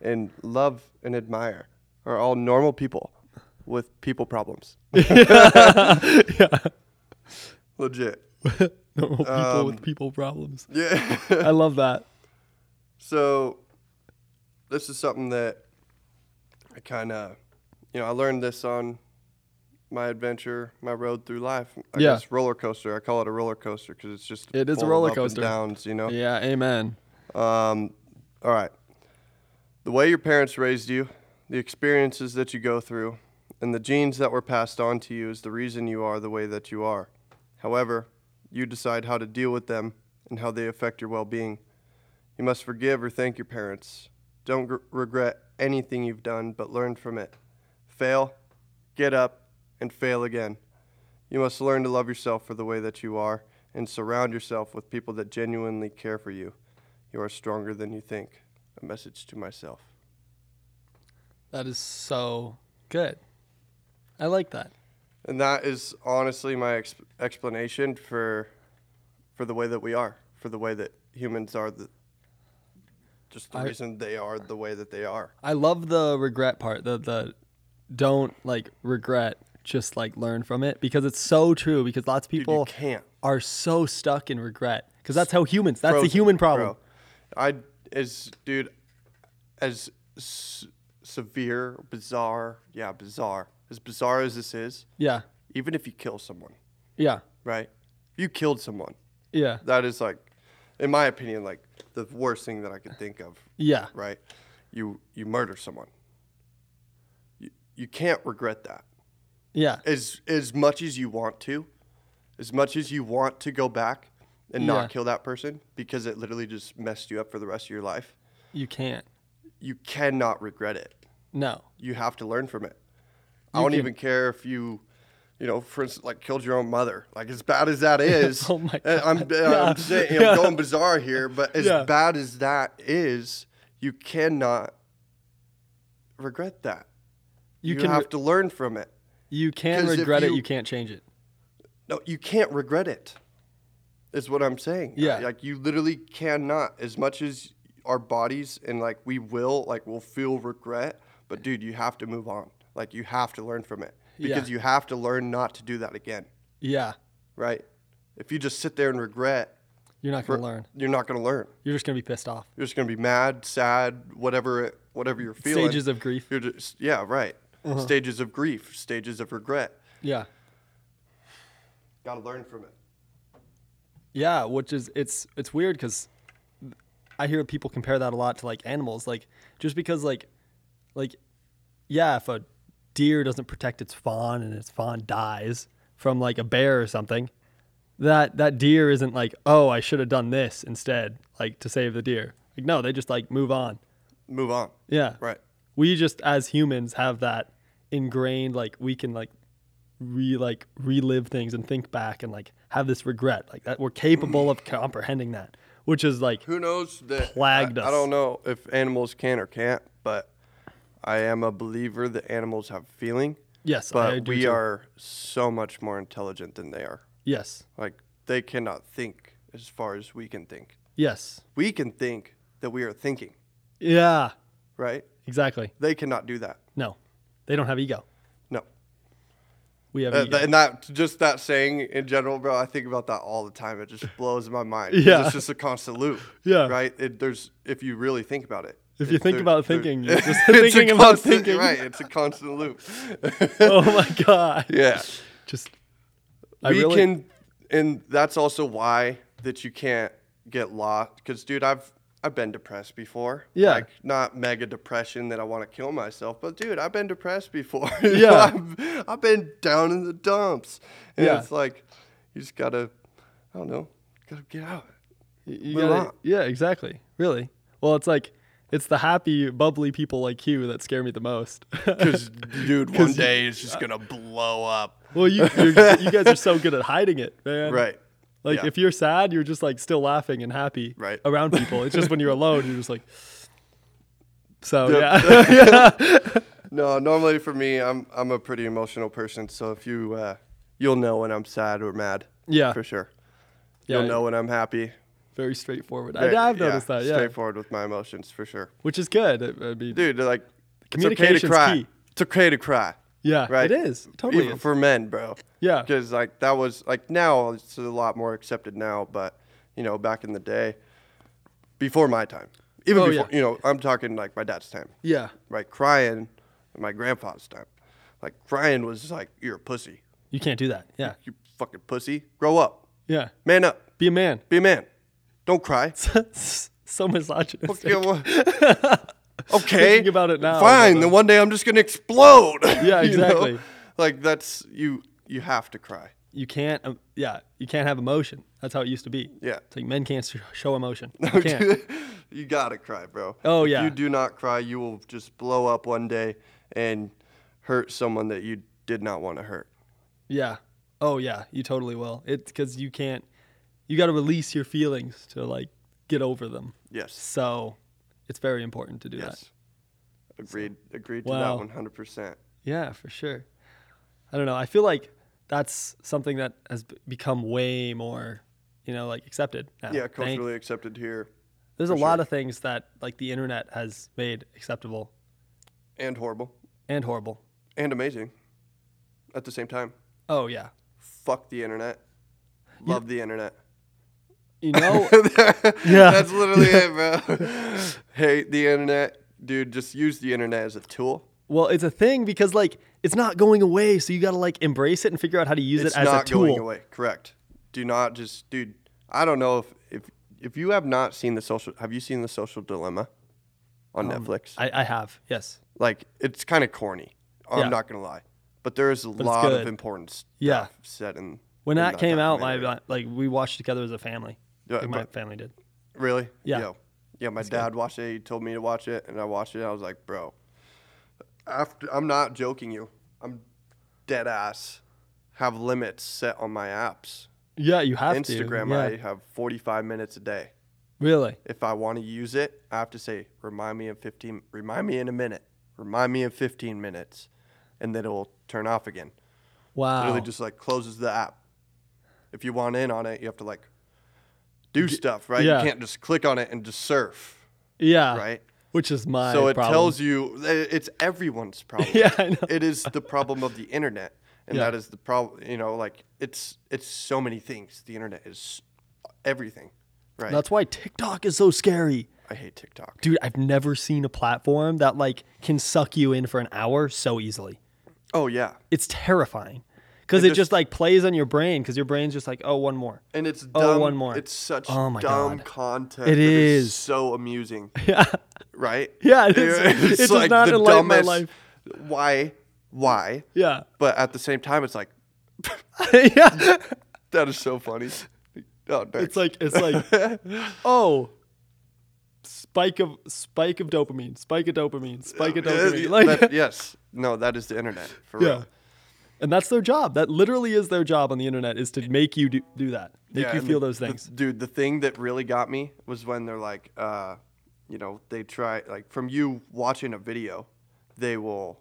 [SPEAKER 3] and love and admire are all normal people with people problems.
[SPEAKER 2] yeah.
[SPEAKER 3] Legit.
[SPEAKER 2] Normal people
[SPEAKER 3] Um,
[SPEAKER 2] with people problems.
[SPEAKER 3] Yeah.
[SPEAKER 2] I love that.
[SPEAKER 3] So, this is something that I kind of, you know, I learned this on my adventure, my road through life. I
[SPEAKER 2] Yeah.
[SPEAKER 3] guess roller coaster. I call it a roller coaster because it's just
[SPEAKER 2] It is a
[SPEAKER 3] full of
[SPEAKER 2] roller
[SPEAKER 3] up
[SPEAKER 2] coaster.
[SPEAKER 3] and downs. You know.
[SPEAKER 2] Yeah, amen.
[SPEAKER 3] Um, all right. The way your parents raised you, the experiences that you go through, and the genes that were passed on to you is the reason you are the way that you are. However, you decide how to deal with them and how they affect your well being. You must forgive or thank your parents. Don't gr- regret anything you've done, but learn from it. Fail, get up, and fail again. You must learn to love yourself for the way that you are and surround yourself with people that genuinely care for you. You are stronger than you think. A message to myself.
[SPEAKER 2] That is so good. I like that.
[SPEAKER 3] And that is honestly my ex- explanation for for the way that we are, for the way that humans are the just the
[SPEAKER 2] I-
[SPEAKER 3] reason they are the way that they are.
[SPEAKER 2] I love the regret part. The the don't like regret, just like learn from it because it's so true. Because lots of
[SPEAKER 3] Dude, you
[SPEAKER 2] people
[SPEAKER 3] can't.
[SPEAKER 2] are so stuck in regret because that's how humans. That's the
[SPEAKER 3] Frozen,
[SPEAKER 2] human problem.
[SPEAKER 3] Bro. I as dude as s- severe, bizarre, yeah, bizarre. As bizarre as this is,
[SPEAKER 2] Yeah,
[SPEAKER 3] even if you kill someone,
[SPEAKER 2] yeah,
[SPEAKER 3] right? You killed someone.
[SPEAKER 2] yeah,
[SPEAKER 3] That is like, in my opinion, like the worst thing that I could think of.
[SPEAKER 2] yeah.
[SPEAKER 3] Right? You you murder someone. You, you can't regret that.
[SPEAKER 2] Yeah.
[SPEAKER 3] As as much as you want to, as much as you want to go back and
[SPEAKER 2] Yeah.
[SPEAKER 3] not kill that person because it literally just messed you up for the rest of your life.
[SPEAKER 2] You can't.
[SPEAKER 3] You cannot regret it.
[SPEAKER 2] No.
[SPEAKER 3] You have to learn from it. I
[SPEAKER 2] You
[SPEAKER 3] don't
[SPEAKER 2] can-
[SPEAKER 3] even care if you, you know, for instance, like killed your own mother. Like as bad as that is,
[SPEAKER 2] Oh my
[SPEAKER 3] uh, I'm, uh, I'm saying you know, going bizarre here, but as
[SPEAKER 2] Yeah.
[SPEAKER 3] bad as that is, you cannot regret that.
[SPEAKER 2] You,
[SPEAKER 3] You,
[SPEAKER 2] can.
[SPEAKER 3] have to learn from it.
[SPEAKER 2] you can
[SPEAKER 3] 'cause if
[SPEAKER 2] regret it.
[SPEAKER 3] you-
[SPEAKER 2] You can't change it.
[SPEAKER 3] No, you can't regret it. Is what I'm saying.
[SPEAKER 2] Yeah.
[SPEAKER 3] Like you literally cannot. As much as our bodies and like we will, like we'll feel regret, but dude, you have to move on. Like you have to learn from it because
[SPEAKER 2] Yeah.
[SPEAKER 3] you have to learn not to do that again.
[SPEAKER 2] Yeah.
[SPEAKER 3] Right? If you just sit there and regret,
[SPEAKER 2] You're not gonna learn.
[SPEAKER 3] you're not gonna learn.
[SPEAKER 2] You're just gonna be pissed off.
[SPEAKER 3] You're just gonna be mad, sad, whatever, it, whatever you're feeling.
[SPEAKER 2] Stages of Uh-huh. grief.
[SPEAKER 3] You're just, yeah, right. Stages of grief, stages of regret.
[SPEAKER 2] Yeah.
[SPEAKER 3] Gotta learn from it.
[SPEAKER 2] Yeah, which is it's it's weird because I hear people compare that a lot to like animals. Like just because like like yeah, if a deer doesn't protect its fawn and its fawn dies from like a bear or something, that that deer isn't like oh I should have done this instead like to save the deer. Like no, they just like move on.
[SPEAKER 3] Move on.
[SPEAKER 2] Yeah,
[SPEAKER 3] Right.
[SPEAKER 2] we just as humans have that ingrained like we can like re like relive things and think back and like have this regret like that we're capable of comprehending that which is like
[SPEAKER 3] Who knows that?
[SPEAKER 2] Plagued
[SPEAKER 3] I,
[SPEAKER 2] us.
[SPEAKER 3] I don't know if animals can or can't, but I am a believer that animals have feeling.
[SPEAKER 2] yes I
[SPEAKER 3] But
[SPEAKER 2] do
[SPEAKER 3] we
[SPEAKER 2] too.
[SPEAKER 3] are so much more intelligent than they are.
[SPEAKER 2] yes
[SPEAKER 3] Like they cannot think as far as we can think.
[SPEAKER 2] yes
[SPEAKER 3] We can think that we are thinking,
[SPEAKER 2] yeah
[SPEAKER 3] right?
[SPEAKER 2] exactly
[SPEAKER 3] They cannot do that.
[SPEAKER 2] no they don't have ego
[SPEAKER 3] No.
[SPEAKER 2] we have
[SPEAKER 3] Uh,
[SPEAKER 2] ego.
[SPEAKER 3] th- and that just that saying in general, bro. I think about that all the time. It just blows my mind. 'cause
[SPEAKER 2] Yeah.
[SPEAKER 3] it's just a constant loop.
[SPEAKER 2] Yeah.
[SPEAKER 3] right. It, there's if you really think about it.
[SPEAKER 2] If you
[SPEAKER 3] it-
[SPEAKER 2] think
[SPEAKER 3] there-
[SPEAKER 2] about
[SPEAKER 3] there-
[SPEAKER 2] thinking, you're just
[SPEAKER 3] it's a
[SPEAKER 2] thinking about
[SPEAKER 3] constant-
[SPEAKER 2] thinking.
[SPEAKER 3] Right, it's a constant loop.
[SPEAKER 2] oh my god
[SPEAKER 3] yeah,
[SPEAKER 2] just I
[SPEAKER 3] we
[SPEAKER 2] really
[SPEAKER 3] can, and that's also why that you can't get lost. Because, dude, I've I've been depressed before.
[SPEAKER 2] Yeah.
[SPEAKER 3] like not mega depression that I want to kill myself, but dude, I've been depressed before.
[SPEAKER 2] Yeah.
[SPEAKER 3] I've, I've been down in the dumps, and
[SPEAKER 2] Yeah.
[SPEAKER 3] it's like you just gotta, I don't know, gotta get out.
[SPEAKER 2] You
[SPEAKER 3] Move
[SPEAKER 2] gotta-
[SPEAKER 3] on.
[SPEAKER 2] yeah, exactly. Really. Well, it's like it's the happy, bubbly people like you that scare me the most.
[SPEAKER 3] Because, dude, one day it's just gonna blow up.
[SPEAKER 2] well, you you're, you guys are so good at hiding it, man.
[SPEAKER 3] Right.
[SPEAKER 2] Like
[SPEAKER 3] yeah.
[SPEAKER 2] if you're sad, you're just like still laughing and happy
[SPEAKER 3] Right.
[SPEAKER 2] around people. It's just when you're alone, you're just like. So
[SPEAKER 3] Yep.
[SPEAKER 2] yeah,
[SPEAKER 3] No, normally for me, I'm I'm a pretty emotional person. So if you uh, you'll know when I'm sad or mad.
[SPEAKER 2] Yeah.
[SPEAKER 3] for sure.
[SPEAKER 2] yeah,
[SPEAKER 3] you'll know when I'm happy.
[SPEAKER 2] very straightforward.
[SPEAKER 3] Very-
[SPEAKER 2] I, I've noticed that, yeah,
[SPEAKER 3] straightforward with my emotions for sure.
[SPEAKER 2] which is good. I, I mean,
[SPEAKER 3] Dude, like it's okay to
[SPEAKER 2] Communication's
[SPEAKER 3] cry.
[SPEAKER 2] key.
[SPEAKER 3] It's okay to cry.
[SPEAKER 2] yeah,
[SPEAKER 3] Right?
[SPEAKER 2] it is totally.
[SPEAKER 3] Even
[SPEAKER 2] is.
[SPEAKER 3] for men, bro.
[SPEAKER 2] Yeah.
[SPEAKER 3] because like that was like now it's a lot more accepted now, but you know back in the day, before my time, even
[SPEAKER 2] Oh,
[SPEAKER 3] Like Ryan was just like, "You're a pussy.
[SPEAKER 2] You can't do that. Yeah.
[SPEAKER 3] You fucking pussy. Grow up.
[SPEAKER 2] Yeah.
[SPEAKER 3] Man up.
[SPEAKER 2] Be a man.
[SPEAKER 3] Be a man. Don't cry."
[SPEAKER 2] so misogynistic.
[SPEAKER 3] Okay. well- okay.
[SPEAKER 2] Thinking about it now, uh,
[SPEAKER 3] Fine. Then one day I'm just gonna explode.
[SPEAKER 2] Yeah,
[SPEAKER 3] you know?
[SPEAKER 2] exactly.
[SPEAKER 3] Like that's you. You have to cry.
[SPEAKER 2] You can't. Um, yeah. You can't have emotion. That's how it used to be.
[SPEAKER 3] Yeah.
[SPEAKER 2] It's like men can't sh- show emotion. You can't.
[SPEAKER 3] you gotta cry, bro.
[SPEAKER 2] Oh,
[SPEAKER 3] If
[SPEAKER 2] yeah.
[SPEAKER 3] you do not cry, you will just blow up one day and hurt someone that you did not want to hurt.
[SPEAKER 2] Yeah. Oh yeah, you totally will. It's because you can't. You got to release your feelings to like get over them.
[SPEAKER 3] Yes.
[SPEAKER 2] So, it's very important to do that.
[SPEAKER 3] Yes. Agreed. Agreed
[SPEAKER 2] Wow.
[SPEAKER 3] to that 100%.
[SPEAKER 2] Yeah, for sure. I don't know. I feel like that's something that has b- become way more, you know, like accepted. Now.
[SPEAKER 3] Yeah,
[SPEAKER 2] Thank-
[SPEAKER 3] culturally accepted here
[SPEAKER 2] There's
[SPEAKER 3] for
[SPEAKER 2] a lot
[SPEAKER 3] sure.
[SPEAKER 2] of things that like the internet has made acceptable
[SPEAKER 3] and horrible
[SPEAKER 2] and horrible.
[SPEAKER 3] and amazing at the same time.
[SPEAKER 2] Oh yeah.
[SPEAKER 3] Fuck the internet. Love the internet.
[SPEAKER 2] You know,
[SPEAKER 3] yeah. That's literally it, bro. Hate the internet. Dude, just use the internet as a tool.
[SPEAKER 2] well, it's a thing because like it's not going away, so you got to like embrace it and figure out how to use
[SPEAKER 3] it's
[SPEAKER 2] it as
[SPEAKER 3] not
[SPEAKER 2] a tool.
[SPEAKER 3] going away. Correct. Do not just, dude. I don't know if if if you have not seen the social. Have you seen the Social Dilemma on Netflix?
[SPEAKER 2] Um, I, I have. Yes.
[SPEAKER 3] like it's kind of corny.
[SPEAKER 2] Yeah.
[SPEAKER 3] I'm not gonna lie, but there is a lot of
[SPEAKER 2] good.
[SPEAKER 3] importance.
[SPEAKER 2] Yeah.
[SPEAKER 3] Set in
[SPEAKER 2] When
[SPEAKER 3] in
[SPEAKER 2] that came out, my
[SPEAKER 3] documentary.
[SPEAKER 2] like we watched together as a family.
[SPEAKER 3] Yeah,
[SPEAKER 2] Like, my
[SPEAKER 3] but-
[SPEAKER 2] family did.
[SPEAKER 3] really
[SPEAKER 2] Yeah.
[SPEAKER 3] Yo. yeah. My dad watched it. He told me to watch it, and I watched it. I was like, bro. After I'm not joking you. I'm dead ass. Have limits set on my apps.
[SPEAKER 2] Yeah, you have
[SPEAKER 3] Instagram,
[SPEAKER 2] to. Yeah.
[SPEAKER 3] I have 45 minutes a day.
[SPEAKER 2] Really?
[SPEAKER 3] if I want to use it, I have to say, remind me in 15, remind me in a minute, remind me in 15 minutes, and then it'll turn off again.
[SPEAKER 2] Wow.
[SPEAKER 3] Literally just like closes the app. If you want in on it, you have to like do stuff, right?
[SPEAKER 2] yeah.
[SPEAKER 3] You can't just click on it and just surf,
[SPEAKER 2] yeah.
[SPEAKER 3] right?
[SPEAKER 2] Which is Ah, my
[SPEAKER 3] so it
[SPEAKER 2] problem.
[SPEAKER 3] tells you eh, it's everyone's problem.
[SPEAKER 2] Yeah, I know.
[SPEAKER 3] It is the problem of the internet, and that is the problem. You know, like it's it's so many things. The internet is everything, right?
[SPEAKER 2] That's why TikTok is so scary.
[SPEAKER 3] I hate TikTok.
[SPEAKER 2] Dude, I've never seen a platform that like can suck you in for an hour so easily.
[SPEAKER 3] Oh yeah,
[SPEAKER 2] It's terrifying. Cuz
[SPEAKER 3] It
[SPEAKER 2] it,
[SPEAKER 3] just-
[SPEAKER 2] just, like plays on your brain cuz your brain's just like, "Oh, one more."
[SPEAKER 3] And it's dumb.
[SPEAKER 2] Oh, one more.
[SPEAKER 3] It's such
[SPEAKER 2] Oh my
[SPEAKER 3] dumb
[SPEAKER 2] God.
[SPEAKER 3] content.
[SPEAKER 2] It
[SPEAKER 3] that
[SPEAKER 2] is.
[SPEAKER 3] so amusing,
[SPEAKER 2] Yeah.
[SPEAKER 3] right?
[SPEAKER 2] Yeah, it is.
[SPEAKER 3] It's
[SPEAKER 2] It does not enlighten my life.
[SPEAKER 3] Why? Why?
[SPEAKER 2] Yeah.
[SPEAKER 3] But at the same time, it's like
[SPEAKER 2] yeah.
[SPEAKER 3] that is so funny. Oh,
[SPEAKER 2] It's like it's like oh, spike of spike of dopamine, spike of dopamine, spike of dopamine. Like
[SPEAKER 3] yes, no, that is the internet for
[SPEAKER 2] Yeah.
[SPEAKER 3] real.
[SPEAKER 2] And that's their job. That literally is their job on the internet is to make you do, do that, make
[SPEAKER 3] Yeah,
[SPEAKER 2] you
[SPEAKER 3] and
[SPEAKER 2] feel
[SPEAKER 3] the-
[SPEAKER 2] those
[SPEAKER 3] the-
[SPEAKER 2] things.
[SPEAKER 3] dude. The thing that really got me was when they're like, uh, you know, they try like from you watching a video, they will,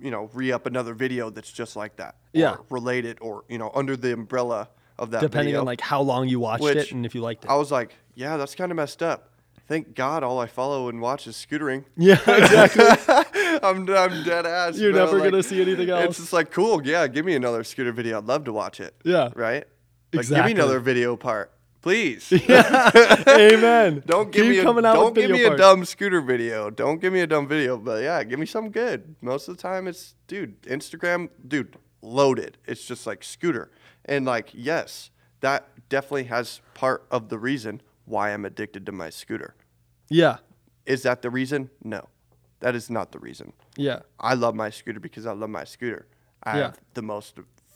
[SPEAKER 3] you know, re up another video that's just like that,
[SPEAKER 2] Yeah.
[SPEAKER 3] or related, or you know, under the umbrella of that.
[SPEAKER 2] depending
[SPEAKER 3] video,
[SPEAKER 2] on like how long you watched
[SPEAKER 3] which
[SPEAKER 2] it and if you liked it.
[SPEAKER 3] I was like, yeah, that's kind of messed up. Thank God, all I follow and watch is scootering.
[SPEAKER 2] yeah, exactly.
[SPEAKER 3] I'm, I'm dead ass.
[SPEAKER 2] You're
[SPEAKER 3] bro.
[SPEAKER 2] never
[SPEAKER 3] Like,
[SPEAKER 2] gonna see anything
[SPEAKER 3] It's
[SPEAKER 2] else.
[SPEAKER 3] just like, cool, yeah, give me another scooter video. I'd love to watch it.
[SPEAKER 2] Yeah.
[SPEAKER 3] Right? Like,
[SPEAKER 2] Exactly.
[SPEAKER 3] Give me another video part, please.
[SPEAKER 2] Amen.
[SPEAKER 3] Don't give
[SPEAKER 2] Keep
[SPEAKER 3] me a,
[SPEAKER 2] coming out
[SPEAKER 3] don't
[SPEAKER 2] with
[SPEAKER 3] give
[SPEAKER 2] video
[SPEAKER 3] me a
[SPEAKER 2] parts.
[SPEAKER 3] dumb scooter video. Don't give me a dumb video, but yeah, give me something good. Most of the time, it's dude Instagram, dude loaded. It's just like scooter, and like yes, that definitely has part of the reason why I'm addicted to my scooter.
[SPEAKER 2] Yeah,
[SPEAKER 3] Is that the reason? No, that is not the reason.
[SPEAKER 2] yeah,
[SPEAKER 3] I love my scooter because I love my scooter. I
[SPEAKER 2] Yeah.
[SPEAKER 3] have the most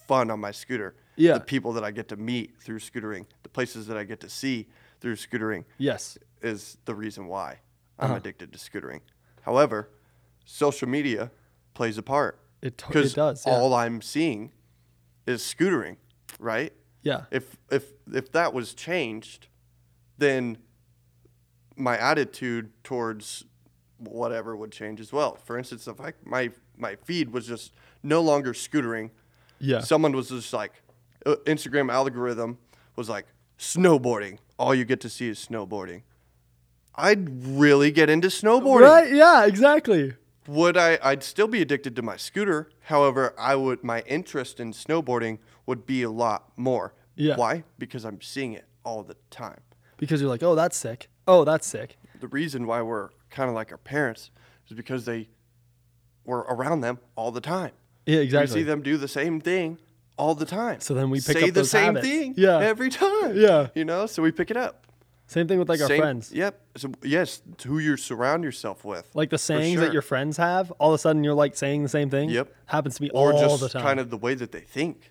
[SPEAKER 3] fun on my scooter.
[SPEAKER 2] Yeah.
[SPEAKER 3] The people that I get to meet through scootering, the places that I get to see through scootering
[SPEAKER 2] yes,
[SPEAKER 3] is the reason why I'm
[SPEAKER 2] Uh-huh.
[SPEAKER 3] addicted to scootering. However, social media plays a part.
[SPEAKER 2] It to- it
[SPEAKER 3] 'Cause
[SPEAKER 2] does, yeah.
[SPEAKER 3] All I'm seeing is scootering, right?
[SPEAKER 2] yeah,
[SPEAKER 3] If if if that was changed, then my attitude towards whatever would change as well. For instance, if I my my feed was just no longer scootering,
[SPEAKER 2] yeah,
[SPEAKER 3] someone was just like uh, Instagram algorithm was like snowboarding. All you get to see is snowboarding. I'd really get into snowboarding.
[SPEAKER 2] right, yeah, exactly.
[SPEAKER 3] Would I? I'd still be addicted to my scooter. However, I would. My interest in snowboarding would be a lot more.
[SPEAKER 2] Yeah.
[SPEAKER 3] Why? Because I'm seeing it all the time.
[SPEAKER 2] Because you're like, oh, that's sick. Oh, that's sick.
[SPEAKER 3] The reason why we're kind of like our parents is because they were around them all the time.
[SPEAKER 2] Yeah,
[SPEAKER 3] You see
[SPEAKER 2] exactly.
[SPEAKER 3] them do the same thing all the time.
[SPEAKER 2] So then we pick
[SPEAKER 3] say
[SPEAKER 2] up
[SPEAKER 3] the
[SPEAKER 2] those
[SPEAKER 3] same
[SPEAKER 2] habits.
[SPEAKER 3] thing
[SPEAKER 2] Yeah.
[SPEAKER 3] every time.
[SPEAKER 2] Yeah.
[SPEAKER 3] You know, so we pick it up.
[SPEAKER 2] Same thing with like our
[SPEAKER 3] Same-
[SPEAKER 2] friends.
[SPEAKER 3] Yep. So yes, it's who you surround yourself with.
[SPEAKER 2] Like the sayings
[SPEAKER 3] sure.
[SPEAKER 2] that your friends have, all of a sudden you're like saying the same thing.
[SPEAKER 3] Yep.
[SPEAKER 2] Happens to me
[SPEAKER 3] or
[SPEAKER 2] all
[SPEAKER 3] just
[SPEAKER 2] the time. Uh-huh.
[SPEAKER 3] kind of the way that they think.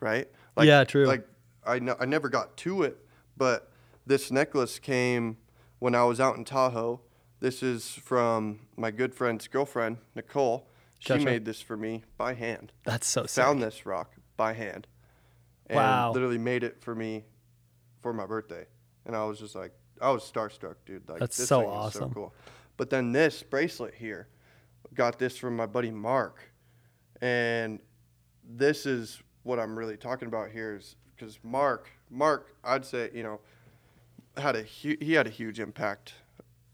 [SPEAKER 3] Right?
[SPEAKER 2] Yeah, true.
[SPEAKER 3] Like I know I never got to it, but this necklace came when I was out in Tahoe. This is from my good friend's girlfriend, Nicole. She
[SPEAKER 2] Gotcha.
[SPEAKER 3] made this for me by hand.
[SPEAKER 2] That's so sick.
[SPEAKER 3] Found this rock by hand. And
[SPEAKER 2] Wow.
[SPEAKER 3] literally made it for me for my birthday. And I was just like I was starstruck, dude. Like
[SPEAKER 2] That's
[SPEAKER 3] this
[SPEAKER 2] so
[SPEAKER 3] thing Is
[SPEAKER 2] awesome.
[SPEAKER 3] so cool. But then this bracelet here, got this from my buddy Mark, and this is what I'm really talking about here is because Mark, Mark, I'd say you know, had a hu- he had a huge impact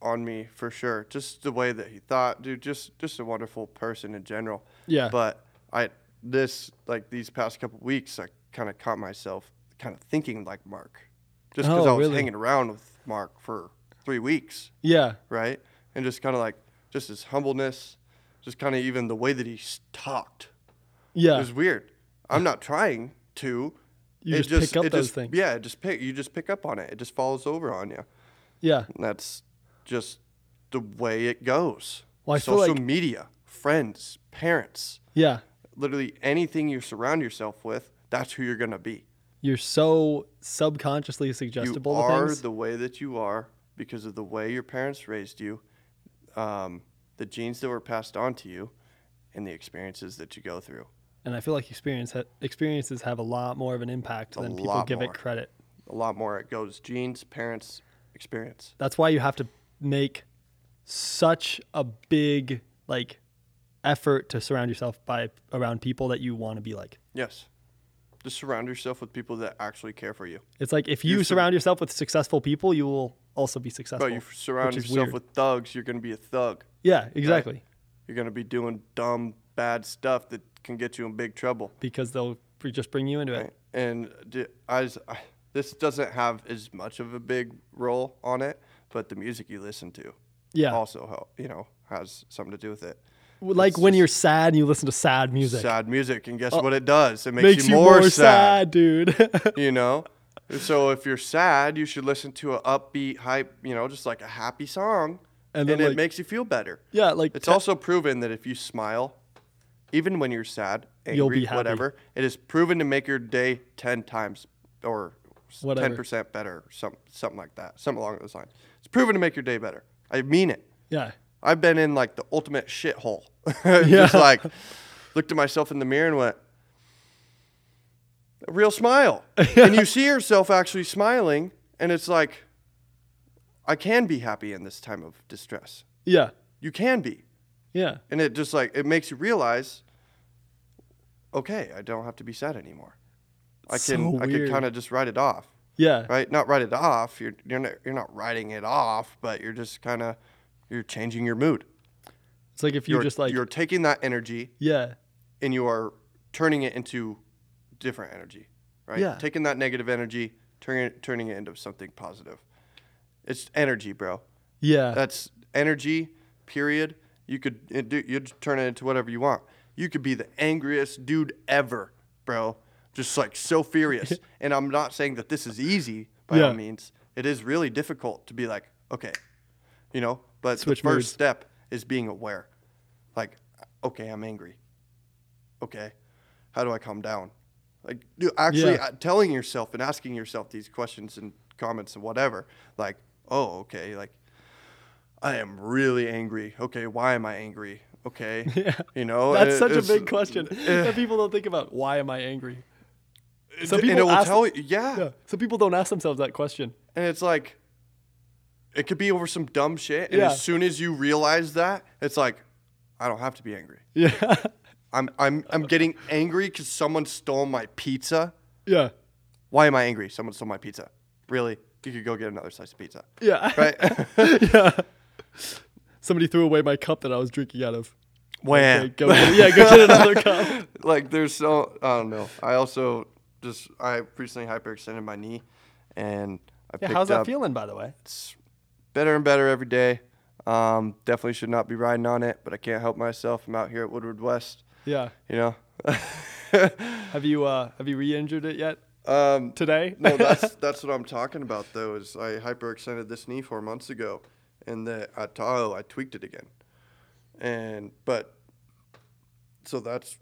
[SPEAKER 3] on me for sure. Just the way that he thought, dude. Just just a wonderful person in general.
[SPEAKER 2] Yeah.
[SPEAKER 3] But I this like these past couple weeks, I kind of caught myself kind of thinking like Mark, just because
[SPEAKER 2] Oh,
[SPEAKER 3] I was
[SPEAKER 2] really?
[SPEAKER 3] hanging around with Mark for three weeks
[SPEAKER 2] yeah.
[SPEAKER 3] right? And just kind of like just his humbleness, just kind of even the way that he s- talked. It
[SPEAKER 2] Yeah.
[SPEAKER 3] was weird. I'm not trying to.
[SPEAKER 2] You
[SPEAKER 3] It
[SPEAKER 2] just pick up
[SPEAKER 3] it
[SPEAKER 2] those
[SPEAKER 3] just-
[SPEAKER 2] things.
[SPEAKER 3] Yeah, it just pick. You just pick up on it. It just falls over on you.
[SPEAKER 2] Yeah.
[SPEAKER 3] And that's just the way it goes.
[SPEAKER 2] Well, I feel
[SPEAKER 3] Social
[SPEAKER 2] like-
[SPEAKER 3] media, friends, parents,
[SPEAKER 2] Yeah.
[SPEAKER 3] literally anything you surround yourself with, that's who you're gonna be.
[SPEAKER 2] You're so subconsciously
[SPEAKER 3] you
[SPEAKER 2] suggestible to
[SPEAKER 3] are
[SPEAKER 2] things.
[SPEAKER 3] the way that you are because of the way your parents raised you, um, the genes that were passed on to you, and the experiences that you go through.
[SPEAKER 2] and I feel like experience ha- experiences have a lot more of an impact
[SPEAKER 3] A
[SPEAKER 2] than people
[SPEAKER 3] lot
[SPEAKER 2] give
[SPEAKER 3] more.
[SPEAKER 2] it credit.
[SPEAKER 3] A lot more it goes genes, parents, experience.
[SPEAKER 2] That's why you have to make such a big like effort to surround yourself by around people that you want to be like.
[SPEAKER 3] Yes. Just surround yourself with people that actually care for you.
[SPEAKER 2] It's like if you
[SPEAKER 3] sur-
[SPEAKER 2] surround yourself with successful people, you will also be successful.
[SPEAKER 3] But you surround
[SPEAKER 2] which is
[SPEAKER 3] yourself
[SPEAKER 2] weird.
[SPEAKER 3] with thugs, you're going to be a thug.
[SPEAKER 2] yeah, exactly.
[SPEAKER 3] You're going to be doing dumb, bad stuff that can get you in big trouble.
[SPEAKER 2] Because they'll br- just bring you into it.
[SPEAKER 3] Right. And d I s I this doesn't have as much of a big role on it, but the music you listen to
[SPEAKER 2] Yeah.
[SPEAKER 3] also help, you know has something to do with it.
[SPEAKER 2] Like
[SPEAKER 3] It's
[SPEAKER 2] when
[SPEAKER 3] just
[SPEAKER 2] you're sad and you listen to sad music. Uh,
[SPEAKER 3] sad music, and guess what it does? It makes,
[SPEAKER 2] Makes
[SPEAKER 3] you, more, sad.
[SPEAKER 2] dude.
[SPEAKER 3] You know. So if you're sad, you should listen to a upbeat, hype, you know, just like a happy song,
[SPEAKER 2] And
[SPEAKER 3] and,
[SPEAKER 2] then,
[SPEAKER 3] it
[SPEAKER 2] like-
[SPEAKER 3] makes you feel better.
[SPEAKER 2] yeah, like
[SPEAKER 3] It's
[SPEAKER 2] te-
[SPEAKER 3] also proven that if you smile, even when you're sad, angry,
[SPEAKER 2] You'll be happy.
[SPEAKER 3] whatever, it is proven to make your day ten times or ten
[SPEAKER 2] Whatever.
[SPEAKER 3] percent better, some something like that, something along those lines. It's proven to make your day better. I mean it.
[SPEAKER 2] yeah.
[SPEAKER 3] I've been in like the ultimate shithole. Just like looked at myself in the mirror and went, a real smile. and you see yourself actually smiling, and it's like, I can be happy in this time of distress.
[SPEAKER 2] Yeah.
[SPEAKER 3] You can be
[SPEAKER 2] Yeah.
[SPEAKER 3] and it just like it makes you realize okay i don't have to be sad anymore i
[SPEAKER 2] So
[SPEAKER 3] can i can
[SPEAKER 2] weird.
[SPEAKER 3] kind of just write it off
[SPEAKER 2] Yeah.
[SPEAKER 3] right not write it off you're you're not, you're not writing it off but you're just kind of you're changing your mood
[SPEAKER 2] It's like if you
[SPEAKER 3] are
[SPEAKER 2] just like
[SPEAKER 3] you're taking that energy
[SPEAKER 2] yeah.
[SPEAKER 3] and you are turning it into different energy right
[SPEAKER 2] Yeah.
[SPEAKER 3] taking that negative energy turning it turning it into something positive it's energy bro
[SPEAKER 2] Yeah.
[SPEAKER 3] that's energy period you could it do- you'd turn it into whatever you want you could be the angriest dude ever bro just like so furious and i'm not saying that this is easy by all
[SPEAKER 2] Yeah.
[SPEAKER 3] means it is really difficult to be like okay you know but
[SPEAKER 2] Switch
[SPEAKER 3] the first
[SPEAKER 2] moods.
[SPEAKER 3] step is being aware like okay i'm angry okay how do i calm down like dude, actually
[SPEAKER 2] Yeah.
[SPEAKER 3] uh, telling yourself and asking yourself these questions and comments and whatever like oh okay like I am really angry. Okay, why am I angry? Okay, you know
[SPEAKER 2] That's
[SPEAKER 3] it-
[SPEAKER 2] such a
[SPEAKER 3] Oh, it's-
[SPEAKER 2] big question that people don't think about. Why am I angry? Some
[SPEAKER 3] and it
[SPEAKER 2] people
[SPEAKER 3] will
[SPEAKER 2] ask.
[SPEAKER 3] tell you, yeah.
[SPEAKER 2] yeah, some people don't ask themselves that question.
[SPEAKER 3] and it's like it could be over some dumb shit, and
[SPEAKER 2] Yeah.
[SPEAKER 3] as soon as you realize that, it's like I don't have to be angry.
[SPEAKER 2] Yeah.
[SPEAKER 3] I'm I'm I'm getting angry because someone stole my pizza.
[SPEAKER 2] Yeah.
[SPEAKER 3] Why am I angry? Someone stole my pizza. Really? You could go get another slice of pizza,
[SPEAKER 2] Yeah.
[SPEAKER 3] right?
[SPEAKER 2] Somebody threw away my cup that I was drinking out of.
[SPEAKER 3] Wham.
[SPEAKER 2] Okay, go get, yeah, go get another cup.
[SPEAKER 3] like there's so I don't know. I also just I recently hyperextended my knee, and I
[SPEAKER 2] Yeah,
[SPEAKER 3] picked
[SPEAKER 2] how's that
[SPEAKER 3] up
[SPEAKER 2] feeling, by the way?
[SPEAKER 3] it's better and better every day. Um, definitely should not be riding on it, but I can't help myself. I'm out here at Woodward West.
[SPEAKER 5] Yeah.
[SPEAKER 3] you know.
[SPEAKER 5] Have you uh have you re-injured it yet
[SPEAKER 3] Um,
[SPEAKER 5] today?
[SPEAKER 3] no, that's that's what I'm talking about though. Is I hyperextended this knee four months ago, and the at Tahoe I tweaked it again, and but so that's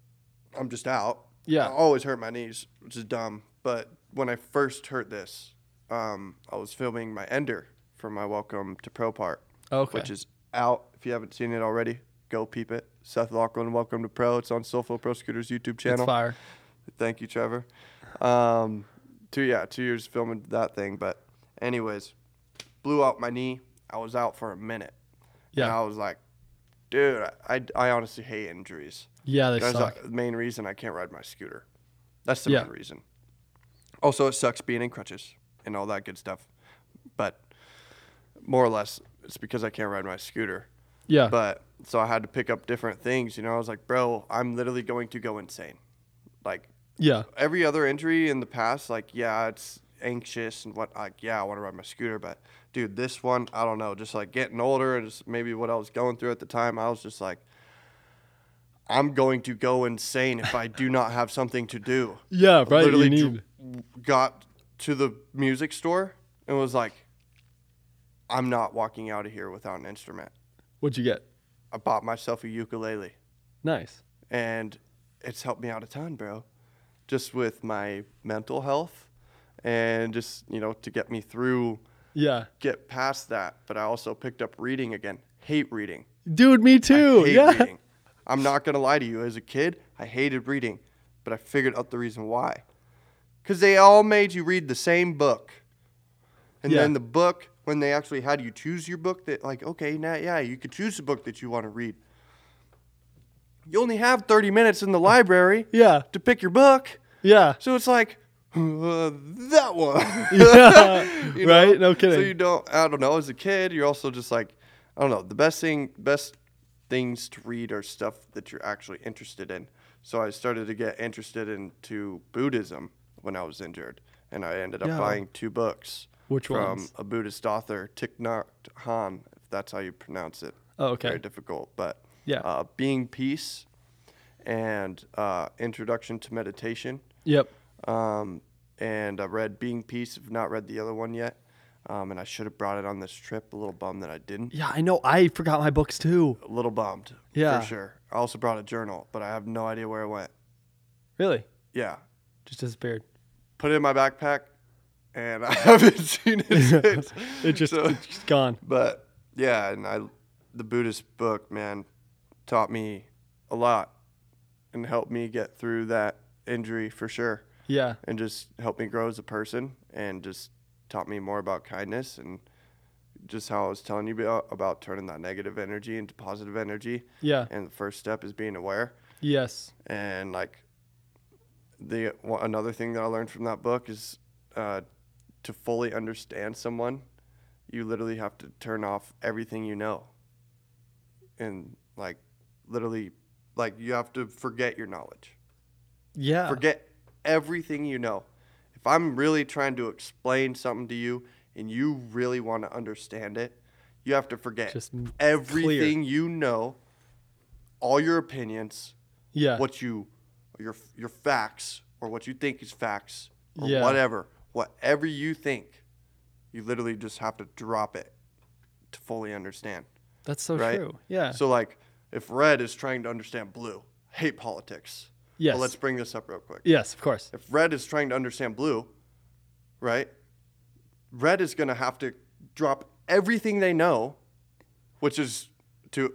[SPEAKER 3] I'm just out.
[SPEAKER 5] Yeah.
[SPEAKER 3] I always hurt my knees, which is dumb. But when I first hurt this, um, I was filming my ender for my welcome to pro part,
[SPEAKER 5] Okay.
[SPEAKER 3] which is out. If you haven't seen it already, go peep it. Seth Lachlan, welcome to pro. It's on Soulful Pro Scooters YouTube channel.
[SPEAKER 5] It's fire.
[SPEAKER 3] Thank you, Trevor. Um, two yeah, two years filming that thing. But anyways, blew out my knee. I was out for a minute. And
[SPEAKER 5] Yeah.
[SPEAKER 3] I was like, dude, I, I, I honestly hate injuries.
[SPEAKER 5] Yeah, they
[SPEAKER 3] That's
[SPEAKER 5] suck.
[SPEAKER 3] the main reason I can't ride my scooter. That's the
[SPEAKER 5] Yeah.
[SPEAKER 3] main reason. Also, it sucks being in crutches and all that good stuff. But more or less, it's because I can't ride my scooter.
[SPEAKER 5] yeah.
[SPEAKER 3] But so I had to pick up different things. You know, I was like, bro, I'm literally going to go insane. Like,
[SPEAKER 5] yeah.
[SPEAKER 3] every other injury in the past, like yeah, it's anxious and what like yeah, I want to ride my scooter, but dude, this one, I don't know, just like getting older and just maybe what I was going through at the time, I was just like I'm going to go insane if I do not have something to do.
[SPEAKER 5] Yeah, right.
[SPEAKER 3] Literally
[SPEAKER 5] you need
[SPEAKER 3] dr- got to the music store and was like I'm not walking out of here without an instrument.
[SPEAKER 5] what'd you get?
[SPEAKER 3] I bought myself a ukulele
[SPEAKER 5] Nice.
[SPEAKER 3] and it's helped me out a ton, bro. Just with my mental health and just, you know, to get me through,
[SPEAKER 5] Yeah.
[SPEAKER 3] get past that. But I also picked up reading again. Hate reading.
[SPEAKER 5] Dude, me too.
[SPEAKER 3] Hate
[SPEAKER 5] yeah.
[SPEAKER 3] reading. I'm not going to lie to you. As a kid, I hated reading, but I figured out the reason why. Because they all made you read the same book. And
[SPEAKER 5] Yeah.
[SPEAKER 3] then the book, when they actually had you choose your book, that, like, okay, now, yeah, you could choose the book that you want to read. You only have 30 minutes in the library
[SPEAKER 5] Yeah.
[SPEAKER 3] to pick your book.
[SPEAKER 5] Yeah.
[SPEAKER 3] So it's like uh, that one, You know?
[SPEAKER 5] right? No
[SPEAKER 3] So
[SPEAKER 5] kidding.
[SPEAKER 3] you don't. I don't know. As a kid, you're also just like, I don't know. The best thing, best things to read are stuff that you're actually interested in. So I started to get interested into Buddhism when I was injured, and I ended up
[SPEAKER 5] Yeah.
[SPEAKER 3] buying two books.
[SPEAKER 5] Which
[SPEAKER 3] from
[SPEAKER 5] ones?
[SPEAKER 3] a Buddhist author, Thich Nhat Hanh, if that's how you pronounce it.
[SPEAKER 5] Oh, okay.
[SPEAKER 3] Very difficult, but
[SPEAKER 5] Yeah.
[SPEAKER 3] uh, Being Peace and uh, Introduction to Meditation.
[SPEAKER 5] Yep.
[SPEAKER 3] Um, and I read Being Peace. I've not read the other one yet. Um, and I should have brought it on this trip. A little bummed that I didn't.
[SPEAKER 5] Yeah, I know. I forgot my books too.
[SPEAKER 3] A little bummed.
[SPEAKER 5] Yeah.
[SPEAKER 3] For sure. I also brought a journal, but I have no idea where it went.
[SPEAKER 5] Really?
[SPEAKER 3] Yeah.
[SPEAKER 5] Just disappeared.
[SPEAKER 3] Put it in my backpack, and I haven't seen it since.
[SPEAKER 5] It just,
[SPEAKER 3] So-
[SPEAKER 5] it's just gone.
[SPEAKER 3] But yeah, and I, the Buddhist book, man, taught me a lot and helped me get through that injury for sure.
[SPEAKER 5] Yeah.
[SPEAKER 3] and just helped me grow as a person and just taught me more about kindness and just how I was telling you about, about turning that negative energy into positive energy.
[SPEAKER 5] Yeah.
[SPEAKER 3] And the first step is being aware.
[SPEAKER 5] Yes.
[SPEAKER 3] And like the one- another thing that I learned from that book is uh, to fully understand someone, you literally have to turn off everything you know. And like literally like you have to forget your knowledge
[SPEAKER 5] Yeah.
[SPEAKER 3] forget everything you know. If I'm really trying to explain something to you and you really want to understand it, you have to forget
[SPEAKER 5] Just m-
[SPEAKER 3] everything you know, all your opinions,
[SPEAKER 5] yeah.
[SPEAKER 3] what you your your facts or what you think is facts or
[SPEAKER 5] Yeah.
[SPEAKER 3] whatever, whatever you think. You literally just have to drop it to fully understand.
[SPEAKER 5] That's so
[SPEAKER 3] right?
[SPEAKER 5] true. Yeah.
[SPEAKER 3] So like if red is trying to understand blue, hate politics.
[SPEAKER 5] yes.
[SPEAKER 3] Well, let's bring this up real quick
[SPEAKER 5] yes, of course.
[SPEAKER 3] if red is trying to understand blue, right? Red is going to have to drop everything they know, which is to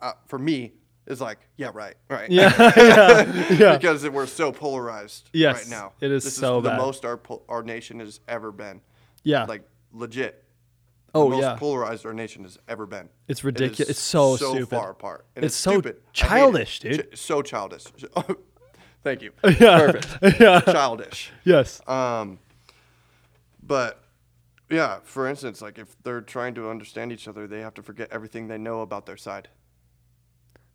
[SPEAKER 3] uh, for me is like, yeah, right, right.
[SPEAKER 5] Yeah. yeah. Yeah.
[SPEAKER 3] because we're so polarized
[SPEAKER 5] Yes,
[SPEAKER 3] right now.
[SPEAKER 5] it is
[SPEAKER 3] this
[SPEAKER 5] so
[SPEAKER 3] is the
[SPEAKER 5] bad.
[SPEAKER 3] most our pol- our nation has ever been.
[SPEAKER 5] Yeah.
[SPEAKER 3] Like legit.
[SPEAKER 5] Oh,
[SPEAKER 3] the most
[SPEAKER 5] yeah.
[SPEAKER 3] polarized our nation has ever been.
[SPEAKER 5] It's
[SPEAKER 3] It is
[SPEAKER 5] ridiculous. It's so stupid.
[SPEAKER 3] far apart. And
[SPEAKER 5] It's
[SPEAKER 3] it's,
[SPEAKER 5] so
[SPEAKER 3] stupid. I hate it.
[SPEAKER 5] childish, dude.
[SPEAKER 3] Ch- so childish. Thank you.
[SPEAKER 5] Yeah.
[SPEAKER 3] Perfect.
[SPEAKER 5] Yeah.
[SPEAKER 3] Childish.
[SPEAKER 5] yes.
[SPEAKER 3] Um, but yeah, for instance, like if they're trying to understand each other, they have to forget everything they know about their side.